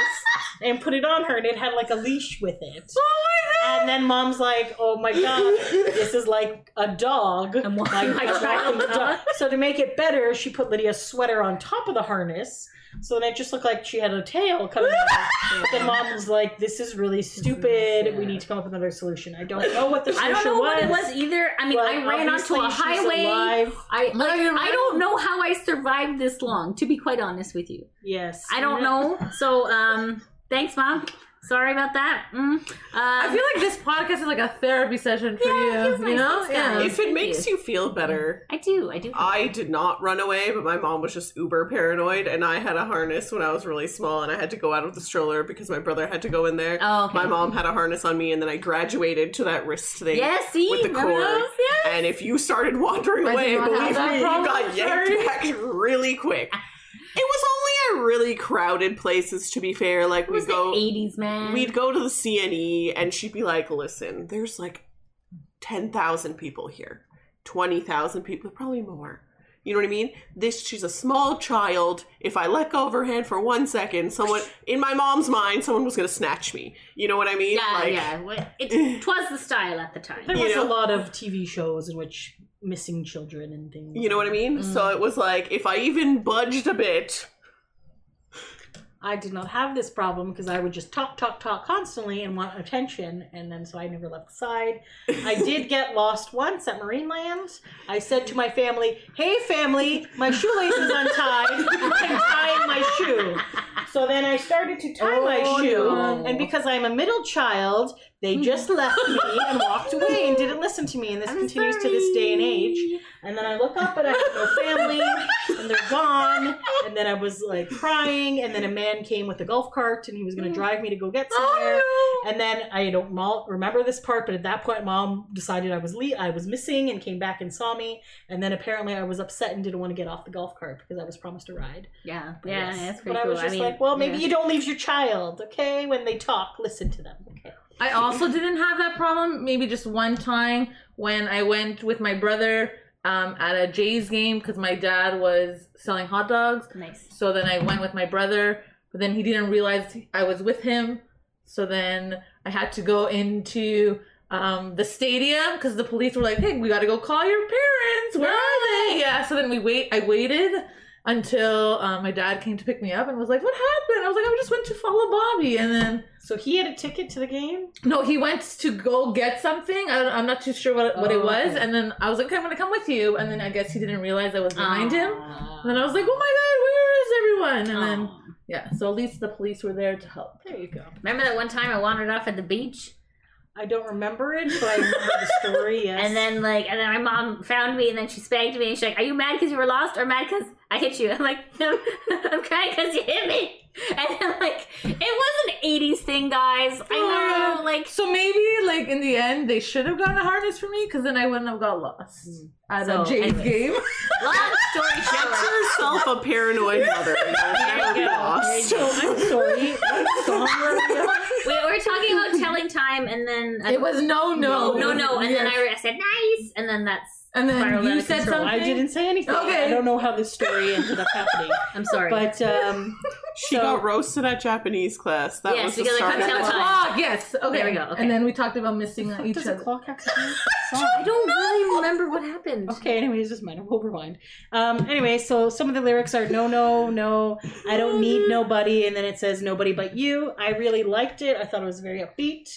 S2: and put it on her, and it had like a leash with it.
S4: Oh
S2: And then mom's like, "Oh my god, this is like a dog."
S4: I'm walking
S2: Like,
S4: my
S2: I'm
S4: child
S2: walking the
S4: dog.
S2: dog. So to make it better, she put Lydia's sweater on top of the harness. So then it just looked like she had a tail coming out. But then mom was like, "This is really stupid. We need to come up with another solution. I don't know what the
S4: I
S2: solution
S4: don't know
S2: was."
S4: what it was either. I mean,
S2: but
S4: I ran onto
S2: obviously
S4: a
S2: she's
S4: highway.
S2: alive.
S4: I like,
S3: No, you're
S4: I
S3: right.
S4: don't know how I survived this long. To be quite honest with you.
S2: Yes,
S4: I don't know. So, um, thanks, mom. Sorry about that. Mm. Uh,
S3: I feel like this podcast is like a therapy session for
S4: Yeah, it
S3: you.
S4: feels
S3: you
S4: nice.
S3: know?
S4: Thanks,
S3: yeah.
S4: guys.
S3: It's
S1: If it
S4: Thank
S1: makes you feel better,
S4: I do. I do.
S1: I did not run away, but my mom was just uber paranoid, and I had a harness when I was really small, and I had to go out of the stroller because my brother had to go in there.
S4: Oh, okay.
S1: My mom had a harness on me, and then I graduated to that wrist thing.
S4: Yes, see,
S1: with the
S4: remember
S1: cord.
S4: those? Yes.
S1: And if you started wandering
S3: I did
S1: away,
S3: not have
S1: believe me, you
S3: that problem.
S1: got
S3: Sorry.
S1: yanked back really quick. It was only at really crowded places, to be fair. Like
S4: It was
S1: we go,
S4: the '80s, man.
S1: we'd go to the CNE and she'd be like, listen, there's like 10,000 people here, 20,000 people, probably more. You know what I mean? This she's a small child. If I let go of her hand for one second, someone in my mom's mind, someone was gonna snatch me. You know what I mean?
S4: yeah,
S1: like,
S4: yeah. What- It twas the style at the time.
S2: There
S1: You
S2: was
S1: know?
S2: a lot of TV shows in which missing children and things.
S1: You know what I mean?
S4: Mm.
S1: So it was like if I even budged a bit,
S2: I did not have this problem because I would just talk, talk, talk constantly and want attention, and then so I never left the side. I did get lost once at Marineland. I said to my family, "Hey, family, my shoelace is untied. I'm tying my shoe." So then I started to tie
S3: Oh,
S2: my shoe,
S3: no.
S2: and because I'm a middle child, they just left me and walked away and didn't listen to me. And this continues to this day and age. And then I look up and I have no family, and they're gone. And then I was like crying. And then a man came with a golf cart and he was
S3: Mm.
S2: going to drive me to go get
S3: Oh,
S2: somewhere. And then I don't mo- remember this part, but at that point, mom decided I was le- I was missing and came back and saw me. And then apparently I was upset and didn't want to get off the golf cart because I was promised a ride.
S4: Yeah,
S2: But
S4: yeah,
S2: yes.
S4: that's pretty
S2: But I
S4: cool.
S2: was just
S4: mean,
S2: like, well, maybe
S4: yeah.
S2: you don't leave your child, okay? When they talk, listen to them. Okay.
S3: I also didn't have that problem. Maybe just one time when I went with my brother um, at a Jays game because my dad was selling hot dogs.
S4: nice.
S3: So then I went with my brother, but then he didn't realize I was with him. So then I had to go into um, the stadium because the police were like, "Hey, we got to go call your parents. Where are they?" Yeah. So then we wait. I waited until um, my dad came to pick me up and was like, "What happened?" I was like, "I just went to follow Bobby," and then.
S2: So he had a ticket to the game.
S3: No, he went to go get something. I don't, I'm not too sure what, what it
S2: Oh,
S3: was.
S2: okay.
S3: And then I was like, okay, I'm going to come with you. And then I guess he didn't realize I was behind him.
S4: Aw.
S3: And then I was like, oh my God, where is everyone? And then,
S4: Aw.
S3: yeah, so at least the police were there to help.
S2: There you go.
S4: remember that one time I wandered off at the beach,
S2: I don't remember it, but I remember the story. Yes.
S4: and then like, and then my mom found me, and then she spanked me, and she's like, "Are you mad because you were lost, or mad because I hit you. I'm like, I'm, I'm crying because you hit me. And I'm like, it was an 80s thing, guys. I know. Like,
S3: So maybe, like in the end, they should have gotten a harness for me because then I wouldn't have got lost at
S4: So,
S3: a James
S4: anyways.
S3: game.
S4: long story
S1: Get
S4: short.
S1: yourself a paranoid mother. You'll never be
S4: go.
S1: lost.
S2: So I'm sorry. I'm sorry.
S4: We were talking about telling time, and then uh, oh,
S3: It was no, no,
S4: no, no, and then
S3: Yes.
S4: I, re- I said nice, and then that's
S3: and then
S4: spiraled out
S3: you
S4: of
S3: said
S4: control.
S3: something.
S2: I didn't say anything.
S3: Okay.
S2: I don't know how this story ended up happening.
S4: I'm sorry.
S2: But um,
S1: She
S2: so-
S1: got roasted at Japanese class. That
S4: Yes,
S1: was the
S4: because I
S1: start
S4: couldn't
S1: of
S4: tell
S1: it.
S4: time.
S3: Clock, yes. Okay.
S4: There we go, okay.
S3: And then we talked about missing
S2: What
S3: each
S2: does
S3: other.
S2: a clock have to do? with song?
S4: I don't really remember what happened.
S2: Okay, anyways, just mind. We'll rewind. Um, anyway, so some of the lyrics are no, no, no, I don't need nobody, and then it says nobody but you. I really liked it. I thought it was very upbeat.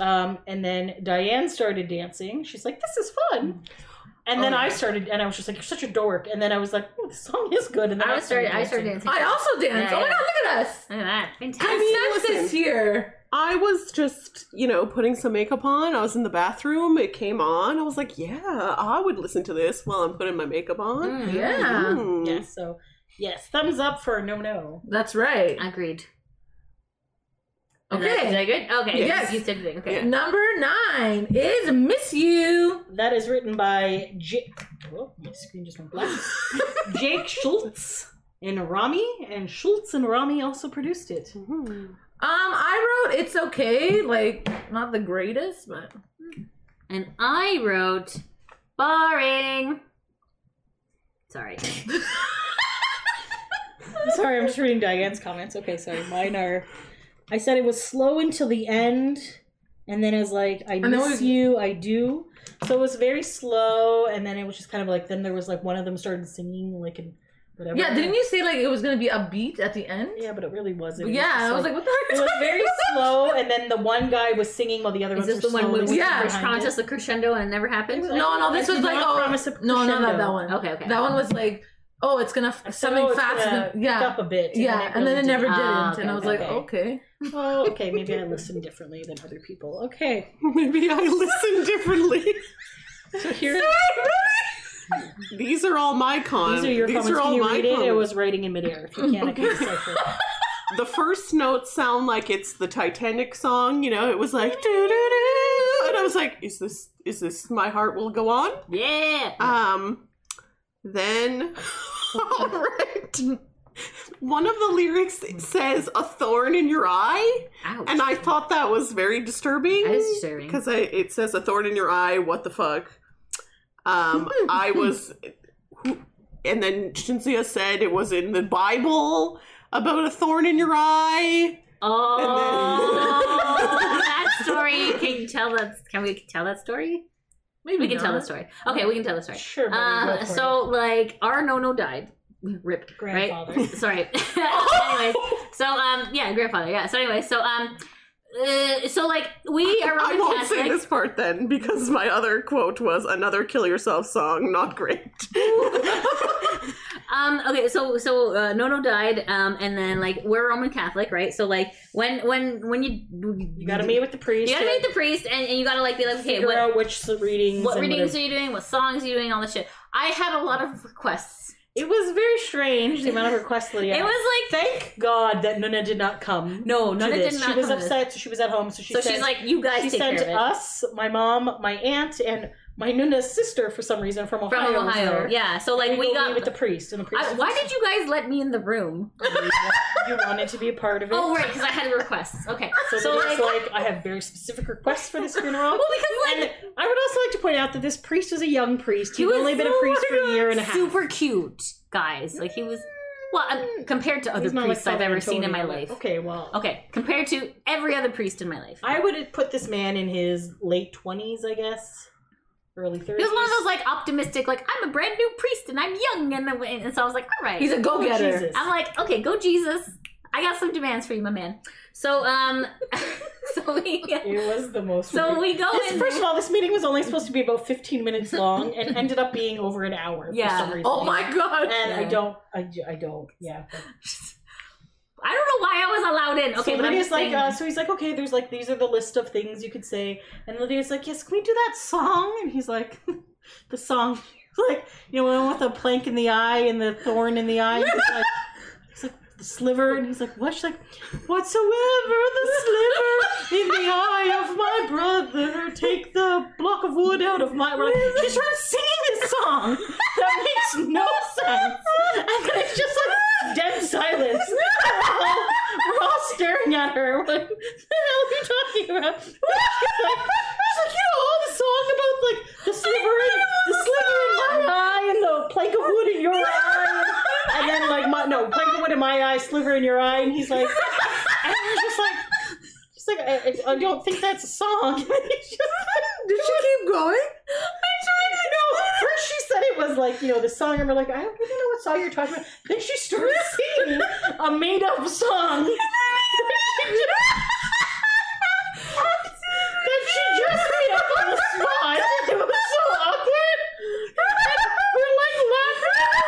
S2: Um, and then Diane started dancing. She's like, this is fun. And then
S3: Oh,
S2: I
S3: yeah.
S2: started, and I was just like, you're such a dork. And then I was like, oh, this song is good. And then
S4: I was started. I started dancing.
S3: I also danced.
S4: Yeah,
S3: oh my god,
S4: yeah.
S3: look at us.
S4: Look at that. Fantastic.
S1: listen.
S3: Consensus here.
S1: I was just, you know, putting some makeup on. I was in the bathroom. It came on. I was like, yeah, I would listen to this while I'm putting my makeup on.
S4: Mm,
S3: Yeah.
S1: Mm.
S2: Yeah, so yes, thumbs up for no, no.
S3: That's right.
S4: Agreed. Is that- Is
S3: Okay.
S4: that good? Okay.
S3: Yes.
S4: You said the thing. Okay.
S1: Yeah.
S3: Number nine is Miss You.
S2: That is written by Jake. Oh, my screen just went black. Jake Schultz and Rami, and Schultz and Rami also produced it.
S1: Mhm.
S3: Um, I wrote it's okay, like not the greatest, but
S4: And I wrote boring. Sorry.
S2: Sorry, I'm just reading Diane's comments. Okay, sorry, mine are. I said it was slow until the end, and then it was like, I
S3: then
S2: miss
S3: we-
S2: you, I do. So it was very slow, and then it was just kind of like, then there was like one of them started singing, like, and whatever.
S3: yeah. Didn't you say like it was gonna be upbeat at the end?
S2: Yeah, but it really wasn't. It
S3: yeah.
S2: just
S3: I was like, what the heck?
S2: it
S3: is
S2: was
S3: that?
S2: very slow, and then the one guy was singing while the other
S4: Is
S2: ones
S4: this
S2: were
S4: the one where
S2: slowly
S4: we
S3: Yeah.
S4: first
S2: behind
S4: promised
S2: it.
S4: us a crescendo and it never happened?
S2: It was-
S3: no, no. This
S2: I
S3: was
S2: did
S3: like
S2: not
S3: oh
S2: promise a
S3: no, no, not
S2: crescendo.
S3: that one.
S4: Okay, okay.
S3: That one was like oh, it's gonna
S2: I
S3: f-
S2: said,
S3: something
S2: "Oh, it's
S3: fast.
S2: gonna
S3: and- yeah.
S2: pick up a bit,
S3: yeah, and then it never
S4: didn't.
S3: didn't,
S4: Ah, okay,
S3: and I was like,
S2: okay.
S3: okay.
S2: did. Oh, okay, maybe I listened differently than other people. Okay,
S1: Maybe I listen differently.
S2: so here
S1: These are all my cons.
S2: these are your comments.
S1: all
S2: Can you
S1: my
S2: read it? It
S1: cons.
S2: was writing in midair. If you can, I can decipher.
S1: the first notes sound like it's the Titanic song, you know, it was like doo doo doo and I was like, Is this is this my heart will go on?
S4: Yeah.
S1: Um then alright. One of the lyrics says a thorn in your eye,
S4: Ouch.
S1: and I thought that was very disturbing.
S4: That is disturbing.
S1: Because it says a thorn in your eye, what the fuck? Um, I was. who- And then Shinsuya said it was in the Bible about a thorn in your eye.
S4: Oh,
S1: And then-
S4: that story. Can you tell that? Can we tell that story?
S3: Maybe
S4: We can tell
S3: not.
S4: the story. Okay, we can tell the story.
S2: Sure, buddy, go
S4: Uh,
S2: for
S4: so like our Nono died. Rip.
S2: grandfather.
S4: Right? Sorry. anyway, so um, yeah, grandfather. Yeah. So anyway, so um, uh, so like we are
S1: I
S4: Roman
S1: won't
S4: Catholic.
S1: say this part then because my other quote was another kill yourself song, not great.
S4: Um, okay, so so uh, Nono died, um, and then like we're Roman Catholic, right? So like when when when you
S2: You gotta meet with the priest.
S4: you gotta meet the priest, and, and you gotta like be like, okay,
S2: figure
S4: what
S2: out which readings.
S4: what
S2: and
S4: readings
S2: whatever.
S4: are you doing? What songs are you doing? All this shit. I had a lot of requests.
S2: It was very strange the amount of requests Lydia.
S4: It
S2: had.
S4: was like
S2: Thank God that Nuna did not come.
S4: no,
S2: to
S4: none of it
S2: this.
S4: did not.
S2: She was
S4: come to this.
S2: upset, so she was at home. So she
S4: so
S2: sent,
S4: she's like, you guys
S2: she
S4: take
S2: sent
S4: care of it.
S2: us, my mom, my aunt, and my Nuna's sister for some reason from Ohio.
S4: from
S2: was
S4: Ohio.
S2: there.
S4: Yeah. So like
S2: And
S4: we
S2: go
S4: got.
S2: meet with the priest, and the priest.
S4: I, why did you guys let me in the room?
S2: you wanted to be a part of it?
S4: Oh right, because I had requests. Okay.
S2: So,
S4: So
S2: Lydia's
S4: like,
S2: like, I have very specific requests for this funeral.
S4: well, because like
S2: and I would also like to point out that this priest was a young priest.
S4: He
S2: He'd
S4: was
S2: only been a
S4: so
S2: priest for a year and a half.
S4: super cute guys. Like he was. Well, um, compared to other
S2: He's not like
S4: priests I've ever seen in my
S2: Antonio.
S4: life.
S2: Okay, well,
S4: Okay, compared to every other priest in my life.
S2: I would put this man in his late twenties, I guess, early
S4: He
S2: thirties.
S4: was one of those like optimistic, like I'm a brand new priest and I'm young, and, and so I was like, all right.
S3: He's a go-getter.
S2: Jesus.
S4: I'm like, okay, go Jesus. I got some demands for you, my man. So um, so we
S2: It was the most.
S4: so
S2: weird.
S4: we go
S2: This,
S4: in.
S2: first of all, this meeting was only supposed to be about 15 minutes long and ended up being over an hour
S4: Yeah.
S2: for some reason.
S3: Oh my god.
S2: And I
S4: Yeah.
S2: don't, I, ju- I don't, yeah.
S4: I don't know why I was allowed in. Okay,
S2: so
S4: but I'm
S2: Lydia's
S4: just
S2: like,
S4: saying-
S2: uh, so he's like, okay, there's like, these are the list of things you could say. And Lydia's like, yes, can we do that song? And he's like, the song. like you know, one with a plank in the eye and the thorn in the eye. He's like, he's like the sliver, and he's like, what? She's like, whatsoever the sliver in the eye of my brother, take the block of wood out of my. We're like, she starts singing this song that makes no sense, and then it's just like dead silence. We're all, we're all staring at her. We're like, what the hell are you talking about? She's like, she's like, you know, all the song about like the sliver in the sliver in my eye and the plank of wood in your eye, and then like my no plank of wood in my eye, sliver in your eye, and he's like, and he's just like, she's like, I, I- I don't think that's a song. And he's just like,
S3: Did she keep going?
S2: no, first she said it was like, you know, the song, and we're like, I don't really know what song you're talking about. Then she started singing a made up song. that she just- that she just made up on the spot. It was so awkward. And we're like laughing.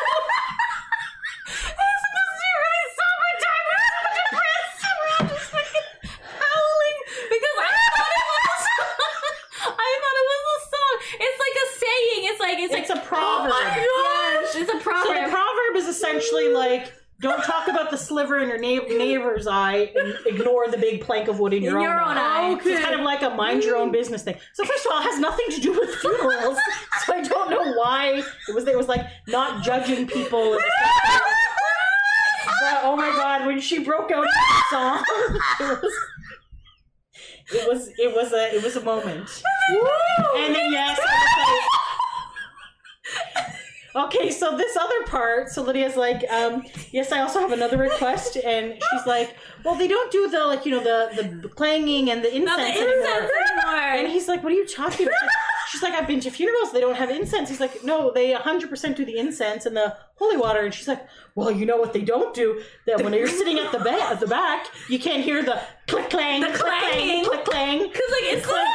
S4: Because I thought it was a song. I thought it was a song. It's like a saying. It's like it's,
S2: It's
S4: like
S2: a proverb.
S4: Yes, it's a
S2: So the
S4: proverb.
S2: proverb is essentially like, don't talk about the sliver in your neigh- neighbor's eye and ignore the big plank of wood in your,
S4: In your own eye.
S2: So it's kind of like a mind your own business thing. So first of all, it has nothing to do with funerals. so I don't know why it was. It was like not judging people. is essential. But, oh my god, when she broke out into the song, it was. It was it was a it was a moment. And then yes, I was like, okay. So this other part, so Lydia's like, um, yes, I also have another request, and she's like, well, they don't do the like you know the the clanging and the incense
S4: Not the
S2: anymore.
S4: incense
S2: And
S4: anymore.
S2: he's like, what are you talking about? She's like, I've been to funerals. They don't have incense. He's like, no, they 100% do the incense and the holy water. And she's like, well, you know what they don't do? That when you're sitting at the ba- at the back, you can't hear the click clang,
S4: The
S2: click clang,
S4: clanging.
S2: click clang.
S4: Because like it's this,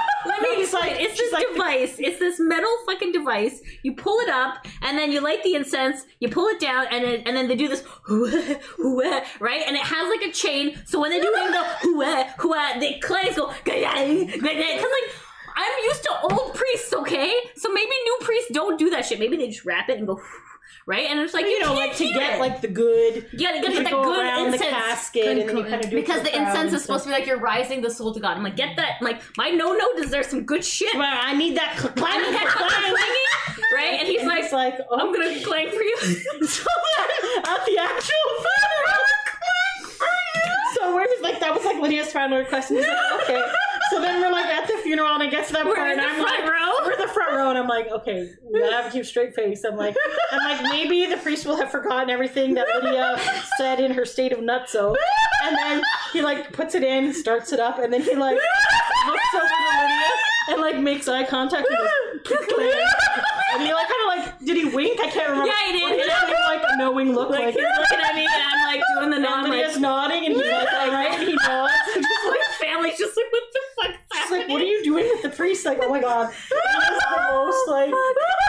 S2: No,
S4: let me
S2: he's
S4: explain.
S2: like-
S4: it's
S2: she's
S4: this
S2: like-
S4: device. It's this metal fucking device. You pull it up, and then you light the incense. You pull it down, and then, and then they do this right, and it has like a chain. So when they're doing the the clangs go because like. I'm used to old priests, okay? So maybe new priests don't do that shit. Maybe they just wrap it and go, right? And it's like
S2: You know,
S4: can't
S2: like to
S4: hear
S2: get
S4: it.
S2: like the good.
S4: you gotta,
S2: You
S4: gotta get that
S2: go
S4: good
S2: around
S4: incense
S2: the casket and then you kind of do it
S4: because
S2: for
S4: the
S2: crowd
S4: incense
S2: and
S4: is supposed to be like you're rising the soul to God. I'm like, get that. I'm like, my no no deserves some good shit.
S2: stuff. Well, I need that click
S4: I
S2: clang,
S4: mean,
S2: click
S4: that's what I'm
S2: clang.
S4: clanging, right? And he's
S2: And
S4: like,
S2: he's like, oh,
S4: I'm gonna clang for you.
S2: so then, at the actual funeral. So we're just like that was like Lydia's final request. And he's like, okay. So then we're like at the funeral and I get to that part
S4: We're in
S2: and
S4: the
S2: I'm like
S4: front row.
S2: we're in the front row and I'm like, okay, we gotta have to keep straight face. I'm like I'm like maybe the priest will have forgotten everything that Lydia said in her state of nutso. And then he like puts it in, starts it up, and then he like looks over to Lydia and like makes eye contact and goes, "Click, click." And he like kinda like did he wink? I can't remember.
S4: Yeah, he did.
S2: What did he do, like a knowing look like,
S4: Like he's looking at me and I'm like doing the
S2: and
S4: nod. I'm
S2: Lydia's
S4: like,
S2: nodding and he's like, all right, and he nods. And just like,
S4: my family's just like, what the fuck is
S2: she's
S4: happening?
S2: like, what are you doing with the priest? Like, oh my god. That was the most, like-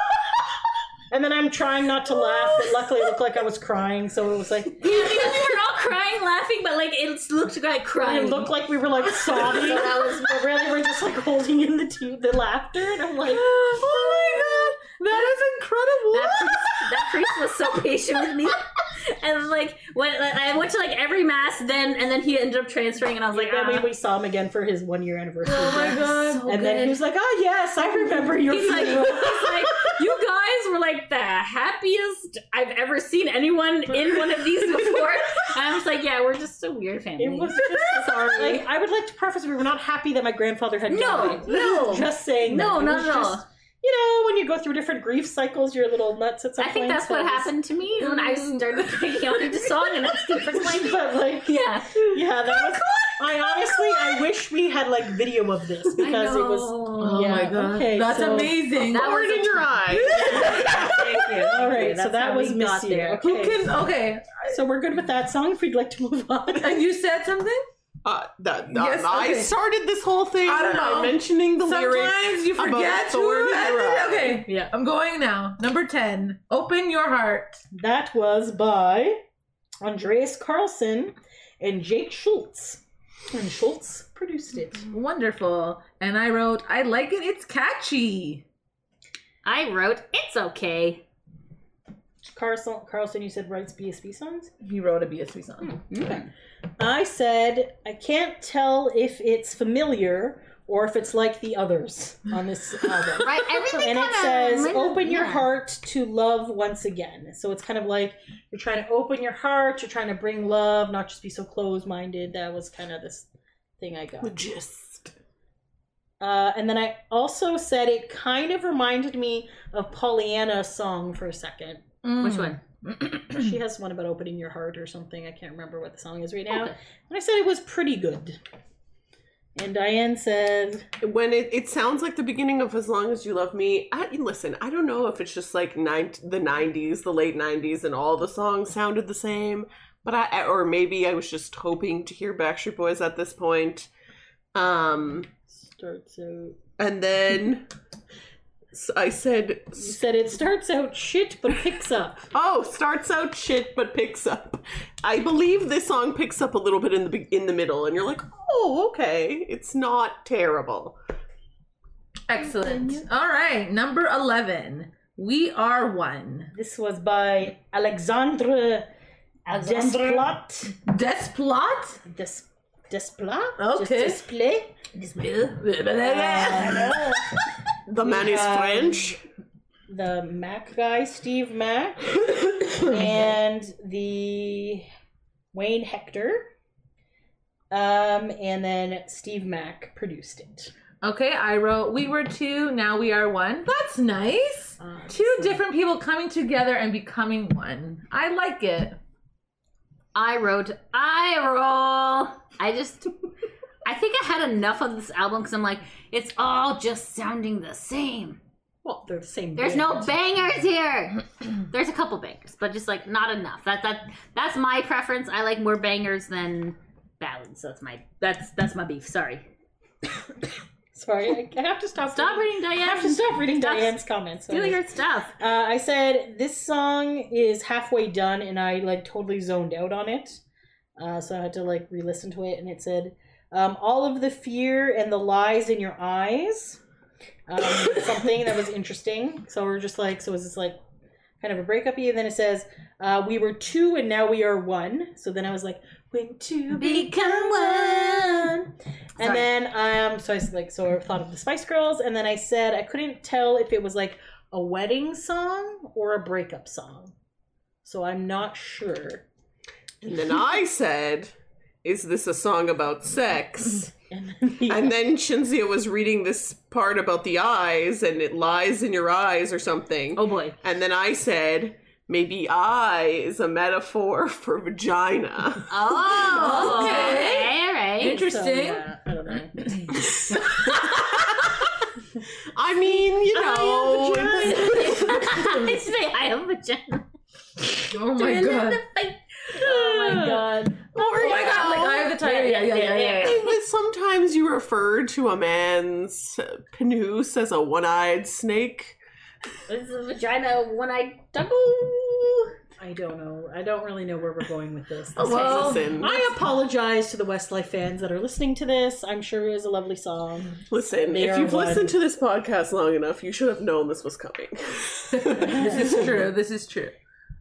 S2: And then I'm trying not to laugh, but luckily it looked like I was crying, so it was like, it
S4: Yeah, because we were all crying, laughing, but like it looked like crying.
S2: looked like we were like sobbing.
S4: So that was-
S2: but really we're just like holding in the te- the laughter, and I'm like,
S3: Oh my god, that is incredible.
S4: that priest, that priest was so patient with me. And like when like, I went to like every mass, then and then he ended up transferring, and I was like,
S2: then we,
S4: ah.
S2: we saw him again for his one year anniversary.
S3: oh my god.
S4: So
S2: and then he
S4: good.
S2: was like, oh yes, I remember your
S4: He's like, he's
S2: funeral.
S4: like, you guys were like the happiest I've ever seen anyone in one of these before. And I was like, yeah, we're just a weird family.
S2: It was just
S4: Sorry.
S2: Like, I would like to preface we were not happy that my grandfather had
S4: No,
S2: died.
S4: no.
S2: Just saying
S4: No,
S2: that. It
S4: not
S2: was
S4: at
S2: just-
S4: all.
S2: You know, when you go through different grief cycles, you're a little nuts at some
S4: I think
S2: point,
S4: that's
S2: so
S4: what
S2: it was-
S4: happened to me when I started thinking on the song and asking for money.
S2: but like,
S4: Yeah.
S2: yeah, that was. I honestly, I wish we had like video of this because it was.
S3: Oh
S2: Yeah,
S3: my god.
S2: okay,
S3: That's
S2: so-
S3: amazing.
S4: That
S1: Forward
S4: was a
S1: in your eye.
S3: Thank you.
S2: All right, so
S4: that's
S2: that
S4: how
S2: was
S4: we
S2: Miss
S4: got
S2: You.
S4: there.
S2: Okay,
S3: Who can okay.
S2: so we're good with that song. If we'd like to move on,
S3: And you said something?
S1: Uh, that, that-
S3: Yes,
S1: I
S3: okay.
S1: started this whole thing
S3: I don't know.
S1: by mentioning the lyrics.
S3: Sometimes you
S1: about
S3: forget
S1: the word
S3: to.
S1: hero.
S3: Okay.
S4: Yeah.
S3: I'm going now. Number 10. Open your heart.
S2: that was by Andreas Carlson and Jake Schultz, and Schultz produced it.
S3: Wonderful. And I wrote, I like it. It's catchy.
S4: I wrote, it's okay.
S2: Carlson, Carlson, you said writes BSB songs.
S3: He wrote a BSB song.
S2: I said I can't tell if it's familiar or if it's like the others on this album.
S4: Right? Everything
S2: and it
S4: kinda
S2: says
S4: might-
S2: open your
S4: yeah.
S2: heart to love once again so it's kind of like you're trying to open your heart you're trying to bring love not just be so closed-minded that was kind of this thing i got
S1: Just.
S2: uh, and then i also said it kind of reminded me of pollyanna's song for a second
S3: Mm.
S4: Hmm. Which one?
S2: she has one about opening your heart or something i can't remember what the song is right now
S4: Okay.
S2: and i said it was pretty good and diane said
S1: When it, it sounds like the beginning of As Long as You Love Me, I, listen, I don't know if it's just like nine, the 90s, the late 90s, and all the songs sounded the same, but I, or maybe I was just hoping to hear Backstreet Boys at this point. Um,
S2: starts out
S1: and then s- I said,
S2: you said it starts out shit but picks up
S1: Oh, starts out shit but picks up. I believe this song picks up a little bit in the be- in the middle, and you're like, oh, okay, it's not terrible.
S3: Excellent. All right, number 11. We are one.
S2: This was by Alexandre
S4: Alexandre.
S2: Desplat.
S3: Desplat?
S2: Des, Desplat?
S3: Okay.
S2: Just display? Oh, Uh,
S1: The man is
S2: Um,
S1: French.
S2: the Mac guy, Steve Mac, and the Wayne Hector. Um, and then Steve Mac produced it.
S3: Okay, I wrote we were two, now we are one. That's nice.
S2: Uh,
S3: Two different people coming together and becoming one. I like it.
S4: I wrote, I roll. I just, I think I had enough of this album because I'm like, it's all just sounding the same.
S2: Well, they're the same.
S4: There's
S2: band.
S4: no bangers here. There's a couple bangers, but just like not enough. That that that's my preference. I like more bangers than ballads. That's my that's that's my beef. Sorry.
S2: Sorry, I have to stop.
S4: Stop reading
S2: I have to
S4: Diane.
S2: stop reading
S4: Stop
S2: Diane's comments.
S4: Do
S2: Sorry.
S4: your stuff.
S2: Uh, I said this song is halfway done, and I like totally zoned out on it, uh, so I had to like re-listen to it. And it said, um, "All of the fear and the lies in your eyes," um, something that was interesting. So we're just like, so is this like kind of a breakup? And then it says, uh, "We were two, and now we are one." So then I was like, "When two become one." And
S4: Sorry.
S2: then um, so I was like, so I thought of the Spice Girls, and then I said I couldn't tell if it was like a wedding song or a breakup song. So I'm not sure.
S1: And then I said, "Is this a song about sex?"
S2: And then the,
S1: And then Shinzia was reading this part about the eyes, and it lies in your eyes or something.
S4: Oh boy.
S1: And then I said, "Maybe I is a metaphor for vagina."
S4: Oh.
S3: Okay.
S4: All right.
S3: Interesting.
S2: So, yeah, I don't know.
S1: I mean, you know,
S4: Interesting. I have a vagina.
S3: Oh
S4: I
S3: my
S4: love
S3: god.
S4: the fight.
S3: Oh my god. Oh my god. Like I have the title. Yeah, yeah, yeah, yeah.
S1: It was sometimes you refer to a man's penis as a one-eyed snake.
S4: Is the vagina one-eyed double?
S2: I don't know. I don't really know where we're going with this.
S3: Oh,
S2: This
S3: well,
S2: is-
S1: listen,
S2: I apologize to the Westlife fans that are listening to this. I'm sure it was a lovely song.
S1: listen.
S2: they
S1: If
S2: are
S1: you've
S2: one.
S1: listened to this podcast long enough, you should have known this was coming.
S3: This is true. This is true.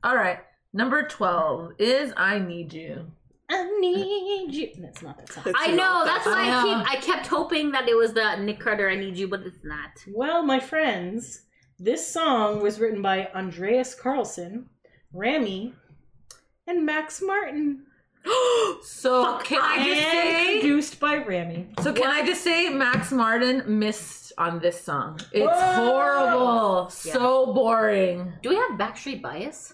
S3: All right. Number 12 is I Need You.
S2: I need you. That's not that song.
S1: It's
S4: I
S1: not
S4: know.
S1: that
S4: That's why
S3: I
S4: I
S3: know.
S4: keep. I kept hoping that it was the Nick Carter. I need you, but it's not.
S2: Well, my friends, this song was written by Andreas Carlson, Rami, and Max Martin.
S3: So can I
S2: and
S3: just say
S2: produced by Rami.
S3: So can I just say Max Martin missed on this song. It's horrible. So boring.
S4: Do we have Backstreet bias?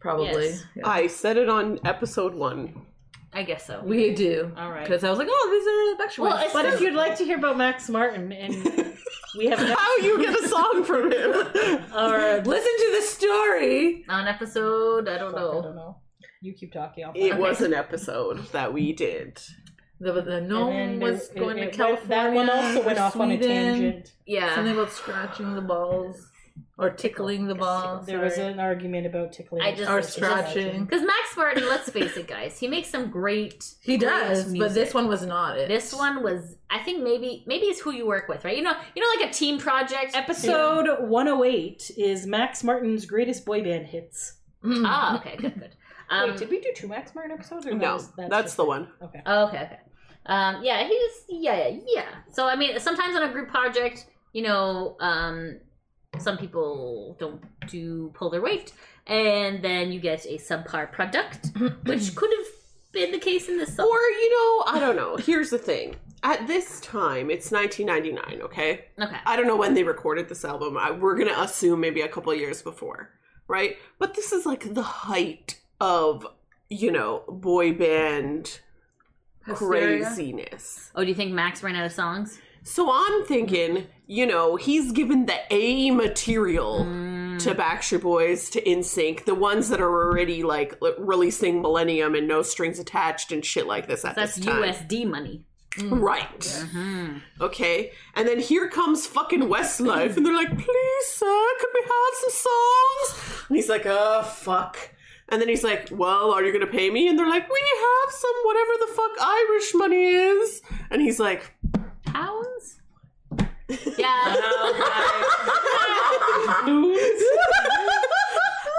S3: Probably.
S2: Yes.
S3: Yeah.
S1: I said it on episode one.
S4: I guess so.
S3: We do.
S2: All right.
S3: Because I was like, oh, these are the Backstreet
S4: Well,
S3: Boys.
S4: it's-
S2: But if you'd like to hear about Max Martin, and we have an
S1: How you get a song from him?
S2: or
S3: Listen to the story.
S4: On episode, I don't
S2: I
S4: know.
S2: don't know. You keep talking. I'll
S1: It was an episode that we did.
S3: The, the gnome
S2: And then
S3: was
S2: it-
S3: going
S2: it
S3: to
S2: went-
S3: California.
S2: That one also went off on a
S3: Sweden.
S2: tangent.
S4: Yeah.
S3: Something about scratching the balls. or tickling the balls
S2: There was
S4: Sorry.
S2: an argument about tickling.
S4: I just
S3: or
S4: it's just-
S3: scratching.
S4: Because Max Martin, let's face it, guys, he makes some great.
S3: He
S4: great
S3: does, but
S4: music.
S3: this one was not it.
S4: This one was, I think maybe maybe it's who you work with, right? You know, you know, like a team project.
S2: Episode 108 is Max Martin's greatest boy band hits.
S3: Mm.
S4: Ah, okay, good, good. Um,
S2: Wait, did we do two Max Martin episodes? Or that
S1: No,
S2: was-
S1: that's,
S2: just
S1: the
S2: it?
S1: one.
S2: Okay.
S4: Oh, okay, okay. Um, yeah, he just yeah, yeah, yeah. So I mean, sometimes on a group project, you know, um, some people don't do pull their weight, and then you get a subpar product, which could have been the case in this
S1: Or,
S4: song.
S1: you know, I don't know. Here's the thing. At this time, it's 1999, okay?
S4: okay,
S1: I don't know when they recorded this album. I, we're going to assume maybe a couple of years before, right? But this is like the height of, you know, boy band
S3: Hysteria.
S1: craziness.
S4: oh, do you think Max ran out of songs?
S1: So I'm thinking, you know, he's given the A material
S4: Mm,
S1: to Backstreet Boys, to InSync, the ones that are already like l- releasing Millennium and No Strings Attached and shit like this at
S4: that's
S1: this
S4: Mm.
S1: time.
S4: USD money.
S1: Right.
S4: Mhm.
S1: Okay. And then here comes fucking Westlife, and they're like, please, sir, could we have some songs? And he's like, oh, fuck. And then he's like, well, are you going to pay me? And they're like, we have some whatever the fuck Irish money is. And he's like,
S4: Pounds. Yeah.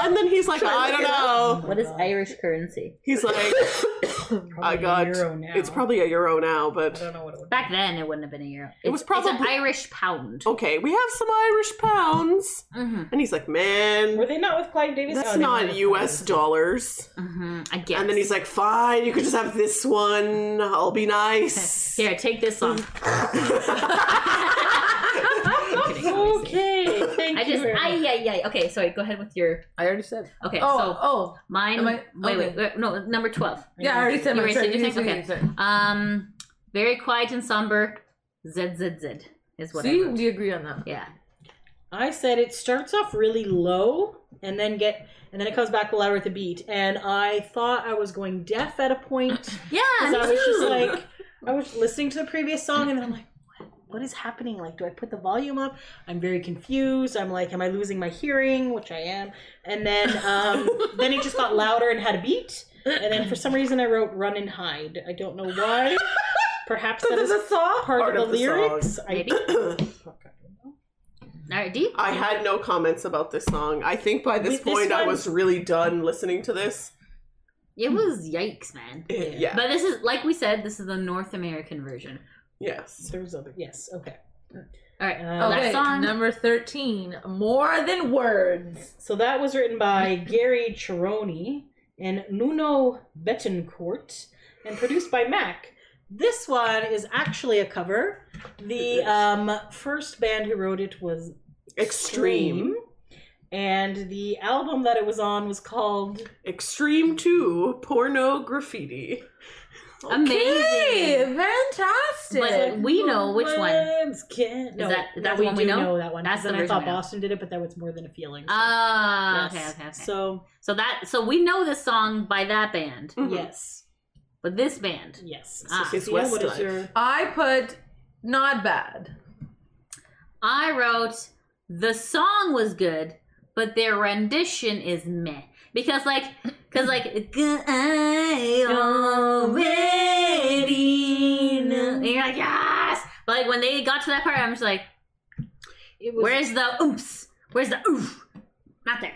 S1: and then he's like, I don't know.
S4: what is Irish currency?
S1: He's like, I got,
S2: Euro now.
S1: it's probably a euro now,
S2: I
S1: but
S2: don't know what it would
S4: Back then, it wouldn't have been a euro. It's-
S1: was
S4: it's an
S1: probably-
S4: Irish pound.
S1: okay, we have some Irish pounds.
S4: hmm
S1: And he's like, man,
S2: Were they not with Clive Davis?
S1: That's
S2: Oh, they were
S1: not
S2: with
S1: US
S2: Clive Davis.
S1: dollars.
S4: hmm I guess.
S1: And then he's like, fine, you could just have this one. I'll be nice.
S4: Here, take this song.
S2: Okay, thank
S4: I
S2: you.
S4: just,
S2: very
S4: I,
S2: much.
S4: yeah, yeah. Okay, sorry. Go ahead with your.
S3: I already said.
S4: Okay,
S3: oh,
S4: so
S3: oh,
S4: mine.
S3: am I-
S4: wait, wait,
S3: okay.
S4: wait, no, number twelve.
S3: yeah, I already said.
S4: You
S3: mine.
S4: already said
S3: Sorry,
S4: your
S3: you
S4: thing?
S3: said
S4: Okay.
S3: your thing.
S4: Um, very quiet and somber. Z Z Z is what. I
S3: See,
S4: wrote.
S3: we agree on that.
S4: yeah.
S2: I said it starts off really low and then get and then it comes back louder at the beat. And I thought I was going deaf at a point
S4: Yeah.
S2: because
S4: me
S2: I was just
S4: too.
S2: like I was listening to the previous song and I'm like, what, what is happening? Like, do I put the volume up? I'm very confused. I'm like, am I losing my hearing? Which I am. And then um, then it just got louder and had a beat. And then for some reason I wrote "Run and Hide." I don't know why. Perhaps that is
S3: a song.
S2: part,
S1: Part
S2: of
S1: of
S2: the,
S1: the song.
S2: lyrics.
S4: Maybe.
S2: I,
S4: All right, D.
S1: I had no comments about this song. I think by this
S2: With this
S1: point I
S2: one-
S1: was really done listening to this.
S4: It was yikes, man.
S1: Yeah.
S4: But this is like we said. This is the North American version.
S1: Yes.
S2: there was other. Yes. Okay.
S4: All right.
S2: Uh,
S4: Last
S3: Okay,
S4: song.
S3: Oh, number thirteen. More than words.
S2: So that was written by Gary Cheroni and Nuno Betancourt and produced by Mac. This one is actually a cover. The um, first band who wrote it was
S1: Extreme.
S2: Extreme, and the album that it was on was called
S1: Extreme 2 Porno Graffiti.
S4: Amazing.
S3: Okay, fantastic.
S4: But we know which one.
S2: Words Can- no,
S4: that-
S2: no,
S4: that's the one we
S2: do
S4: know?
S2: that one.
S4: That's
S2: That's
S4: the
S2: then I
S4: version
S2: thought
S4: we know.
S2: Boston did it, but that was more than a feeling. so-
S4: Ah,
S2: Yes.
S4: okay, okay, okay.
S2: So
S4: So that so we know this song by that band,
S1: Mhm.
S2: yes,
S4: but this band,
S2: yes. So,
S4: Mm-hmm. Ah.
S1: It's
S2: Sophia, what is
S1: Westlife.
S2: your?
S3: I put not bad.
S4: I wrote the song was good, but their rendition is meh because like because like I already know. and you're like yes, but like when they got to that part, I'm just like,
S2: It was
S4: where's the oops? Where's the oof? Not there.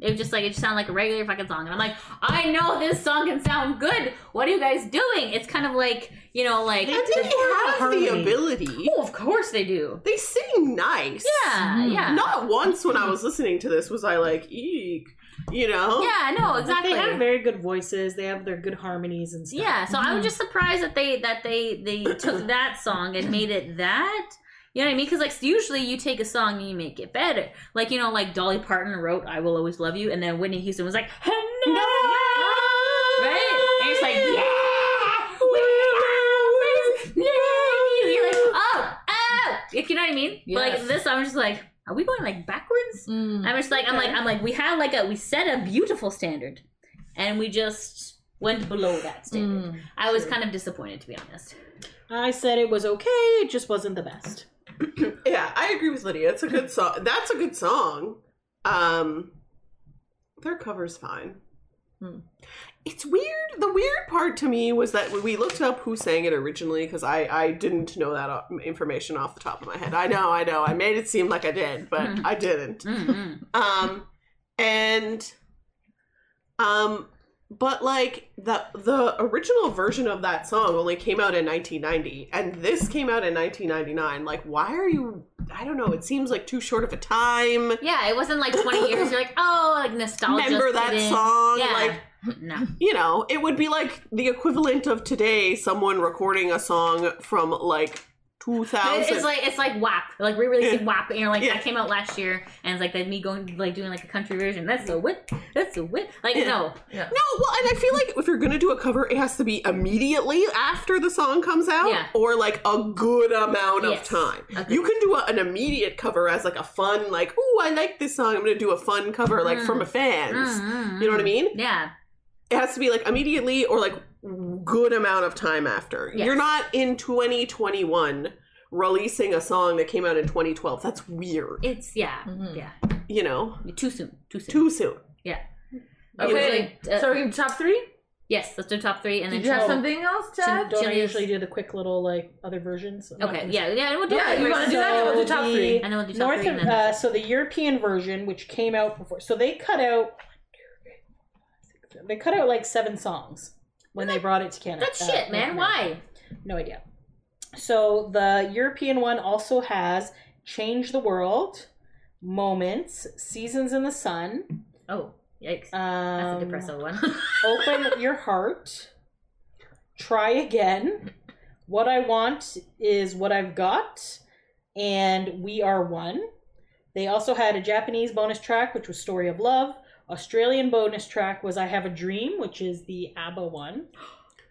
S4: It was just like it just sounded like a regular fucking song, and I'm like, I know this song can sound good. What are you guys doing? It's kind of like you know, like
S1: I think
S2: They have
S1: they have the
S2: harmony.
S1: ability.
S4: Oh, of course they do.
S1: They sing nice.
S4: Yeah,
S3: Mhm.
S4: yeah.
S1: Not once when I was listening to this was I like, eek, you know?
S4: Yeah, no,
S2: Like,
S4: exactly.
S2: They have very good voices. They have their good harmonies and stuff.
S4: yeah, so I was just surprised that they that they they took that song and made it that. You know what I mean? Because like usually you take a song and you make it better. Like you know, like Dolly Parton wrote "I Will Always Love You," and then Whitney Houston was like, "No," right? And it's like, "Yeah, we always love you." You're like, "Oh, oh," Like, you know what I mean? But
S3: Yes.
S4: like this, I'm just like, "Are we going like backwards?" I'm just like I'm like I'm like we had like a we set a beautiful standard, and we just went below
S1: Mm,
S4: that standard.
S3: Hmm,
S4: I was kind of disappointed to be honest.
S2: I said it was okay. It just wasn't the best.
S1: Yeah, I agree with Lydia. It's a good song. That's a good song. Um, their cover's fine.
S3: Hmm.
S1: It's weird. The weird part to me was that we looked up who sang it originally because I I didn't know that uh, information off the top of my head. I know, I know. I made it seem like I did, but
S4: Hmm.
S1: I didn't.
S4: Mm-mm.
S1: Um, and um, but like the the original version of that song only came out in 1990, and this came out in 1999. Like, why are you? I don't know. It seems like too short of a time.
S4: Yeah, it wasn't like 20 years. You're like, oh, like nostalgia.
S1: Remember that
S4: fit in.
S1: song?
S4: Yeah.
S1: Like,
S4: no.
S1: you know, it would be like the equivalent of today someone recording a song from like 2000.
S4: It's like it's like WAP, like re-releasing WAP, and you're like
S1: Yeah.
S4: that came out last year, and it's like that me going like doing like a country version. That's a whip. That's a whip. Like
S1: Yeah.
S4: no,
S1: No, well, and I feel like if you're gonna do a cover, it has to be immediately after the song comes out,
S4: Yeah.
S1: or like a good amount
S4: Yes.
S1: of time.
S4: Okay.
S1: You can do a, an immediate cover as like a fun, like, "Ooh, I like this song. I'm gonna do a fun cover, like
S4: Mm.
S1: from a fans." You know what I mean?
S4: Mm-hmm. Yeah,
S1: It has to be like immediately or like good amount of time after.
S4: Yes.
S1: You're not in 2021 releasing a song that came out in 2012. That's weird.
S4: it's yeah,
S3: Mhm.
S4: yeah.
S1: You know,
S4: Too soon. Too soon.
S1: Mm. too soon.
S3: Okay,
S4: It was like, uh,
S3: so we're gonna do top three.
S4: Yes, let's do top three, and then
S3: Did you have
S4: top-
S3: something else to
S4: Some-
S3: add?
S2: Don't I
S4: Jilly's-
S2: usually do the quick little like other versions? I'm not
S4: Okay,
S2: gonna-
S4: yeah, yeah. We'll do
S3: Yeah,
S4: that.
S3: you wanna do that? Then we'll do top
S2: So
S3: three.
S2: the-
S4: And then we'll do top
S2: North
S4: three.
S2: of,
S4: And then
S2: uh, so the European version, which came out before, so they cut out they cut out like seven songs when they brought it to Canada.
S4: that's
S2: uh,
S4: shit, man.
S2: North
S4: Why?
S2: America. No idea. So the European one also has "Change the World," "Moments," "Seasons in the Sun,"
S4: Oh, yikes.
S2: um,
S4: that's a depressive one.
S2: "Open Your Heart," "Try Again," "What I Want Is What I've Got," and "We Are One." They also had a Japanese bonus track, which was Story of Love. Australian bonus track was I Have a Dream, which is the ABBA one.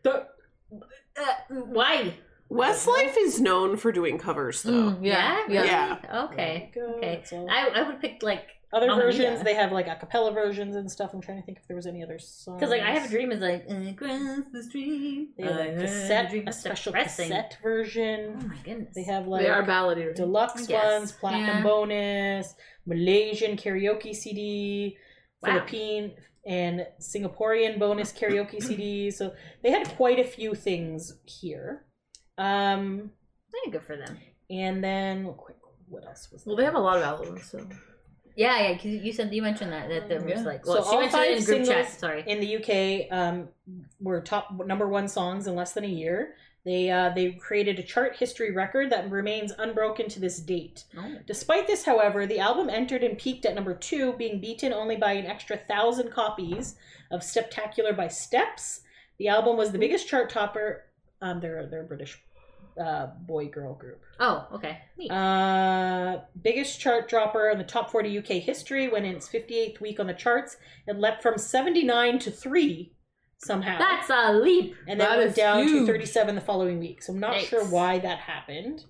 S4: uh, why?
S1: Westlife is known for doing covers, though.
S2: Oh.
S3: Mm, yeah, yeah.
S4: Really?
S1: Yeah.
S4: Okay.
S2: There we go.
S4: okay.
S2: That's all.
S4: I, I would pick like
S2: Other
S4: Mamma
S2: versions,
S4: Mia.
S2: they have like a cappella versions and stuff. I'm trying to think if there was any other songs.
S4: because like I have a dream is like across the street.
S2: They have
S4: I
S2: like
S4: had
S2: cassette,
S4: dream.
S2: a
S4: That's
S2: special
S4: depressing.
S2: cassette
S4: Oh
S2: version.
S4: my goodness.
S2: They have like
S3: They are ballady.
S2: deluxe
S4: Yes.
S2: ones, platinum
S4: Yeah.
S2: bonus, Malaysian karaoke CD,
S4: Wow.
S2: Philippine and Singaporean bonus karaoke CD. So they had quite a few things here. Um,
S4: Yeah, good for them.
S2: and then real quick, what else was?
S3: Well,
S2: there?
S3: they have a lot of albums. So
S4: Yeah, yeah. 'cause you said you mentioned that that there was
S3: Yeah.
S4: like well
S2: So
S4: she
S2: all
S4: mentioned it in
S2: five
S4: group chat.
S2: singles
S4: Sorry.
S2: in the UK um, were top number one songs in less than a year. They uh, they created a chart history record that remains unbroken to this date.
S4: Oh.
S2: Despite this, however, the album entered and peaked at number two, being beaten only by an extra thousand copies of "Steptacular" by Steps. The album was the biggest chart topper. Um, they're they're a British uh, boy girl group.
S4: Oh, okay. Neat.
S2: Uh, biggest chart dropper in the top 40 UK history when in its 58th week on the charts. It leapt from 79 to 3 somehow.
S4: That's a leap.
S2: and then
S3: that
S2: went
S3: is
S2: down to
S3: huge.
S2: 37 the following week. So I'm not
S4: Yikes.
S2: sure why that happened.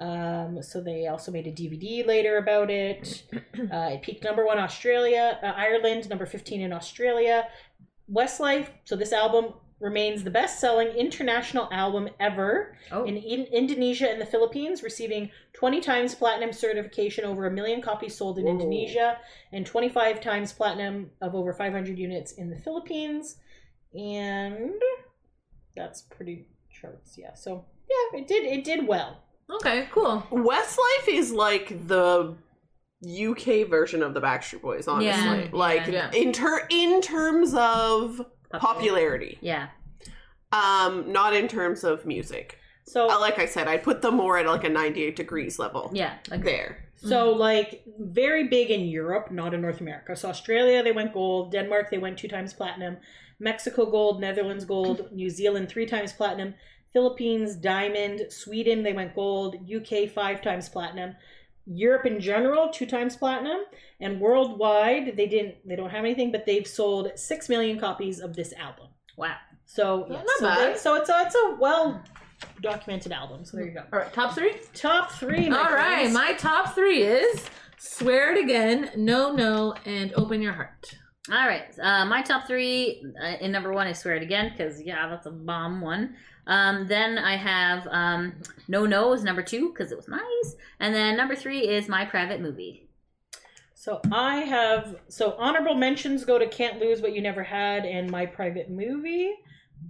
S2: Um, so they also made a DVD later about it. Uh, it peaked number one Australia, uh, Ireland, number 15 in Australia. Westlife, so this album remains the best selling international album ever
S4: Oh.
S2: in in Indonesia and the Philippines, receiving 20 times platinum certification over a million copies sold in
S1: Whoa.
S2: Indonesia and 25 times platinum of over 500 units in the Philippines. And that's pretty charts, yeah. So, yeah, it did it did well.
S3: okay, cool.
S1: Westlife is like the UK version of the Backstreet Boys, honestly.
S4: Yeah.
S1: Like
S3: Yeah.
S1: in ter- in terms of popularity,
S4: Yeah.
S1: um, not in terms of music.
S2: So,
S1: Uh, like I said, I put them more at like a 98 degrees level.
S4: Yeah. Agree.
S1: There.
S2: so
S3: Mm-hmm.
S2: like very big in Europe, not in North America. So Australia they went gold, Denmark they went two times platinum, Mexico gold, Netherlands gold, New Zealand three times platinum, Philippines diamond, Sweden they went gold, UK five times platinum, Europe in general two times platinum, and worldwide they didn't they don't have anything, but they've sold six million copies of this album.
S4: Wow.
S2: So yeah,
S3: Not
S2: so,
S3: bad.
S2: they- so it's a, it's a well documented album. So there you go.
S3: All right, top three.
S2: Top three. My
S3: All right,
S2: friends.
S3: my top three is "Swear It Again," "No No," and "Open Your Heart."
S4: All right, uh, my top three uh, in number one. I swear it again because yeah, that's a bomb one. Um, then I have um, No No is number two because it was nice, and then number three is My Private Movie.
S2: So I have so honorable mentions go to Can't Lose What You Never Had and My Private Movie,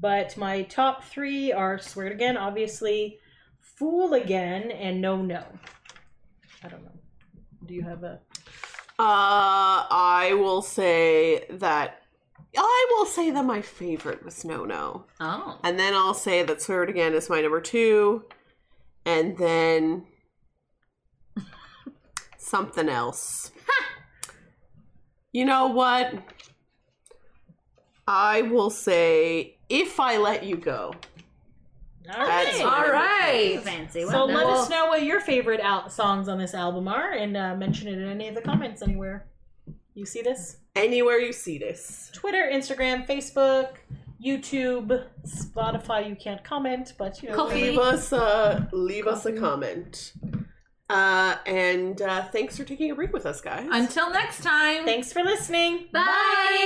S2: but my top three are Swear It Again, obviously, Fool Again, and No No. I don't know. Do you have a?
S1: Uh, I will say that I will say that my favorite was No No,
S4: Oh,
S1: and then I'll say that Swear It Again is my number two, and then something else. you know what? I will say if I let you go.
S2: All
S1: That's
S2: right.
S1: fine.
S3: All right.
S4: fancy.
S2: So
S4: Well done.
S2: let us know what your favorite out songs on this album are, and uh, mention it in any of the comments anywhere. You see this?
S1: Anywhere you see this.
S2: Twitter, Instagram, Facebook, YouTube, Spotify. You can't comment, but you know.
S4: Coffee.
S1: leave us a leave us a comment uh and uh thanks for taking a break with us guys
S3: Until next time.
S2: Thanks for listening.
S4: Bye.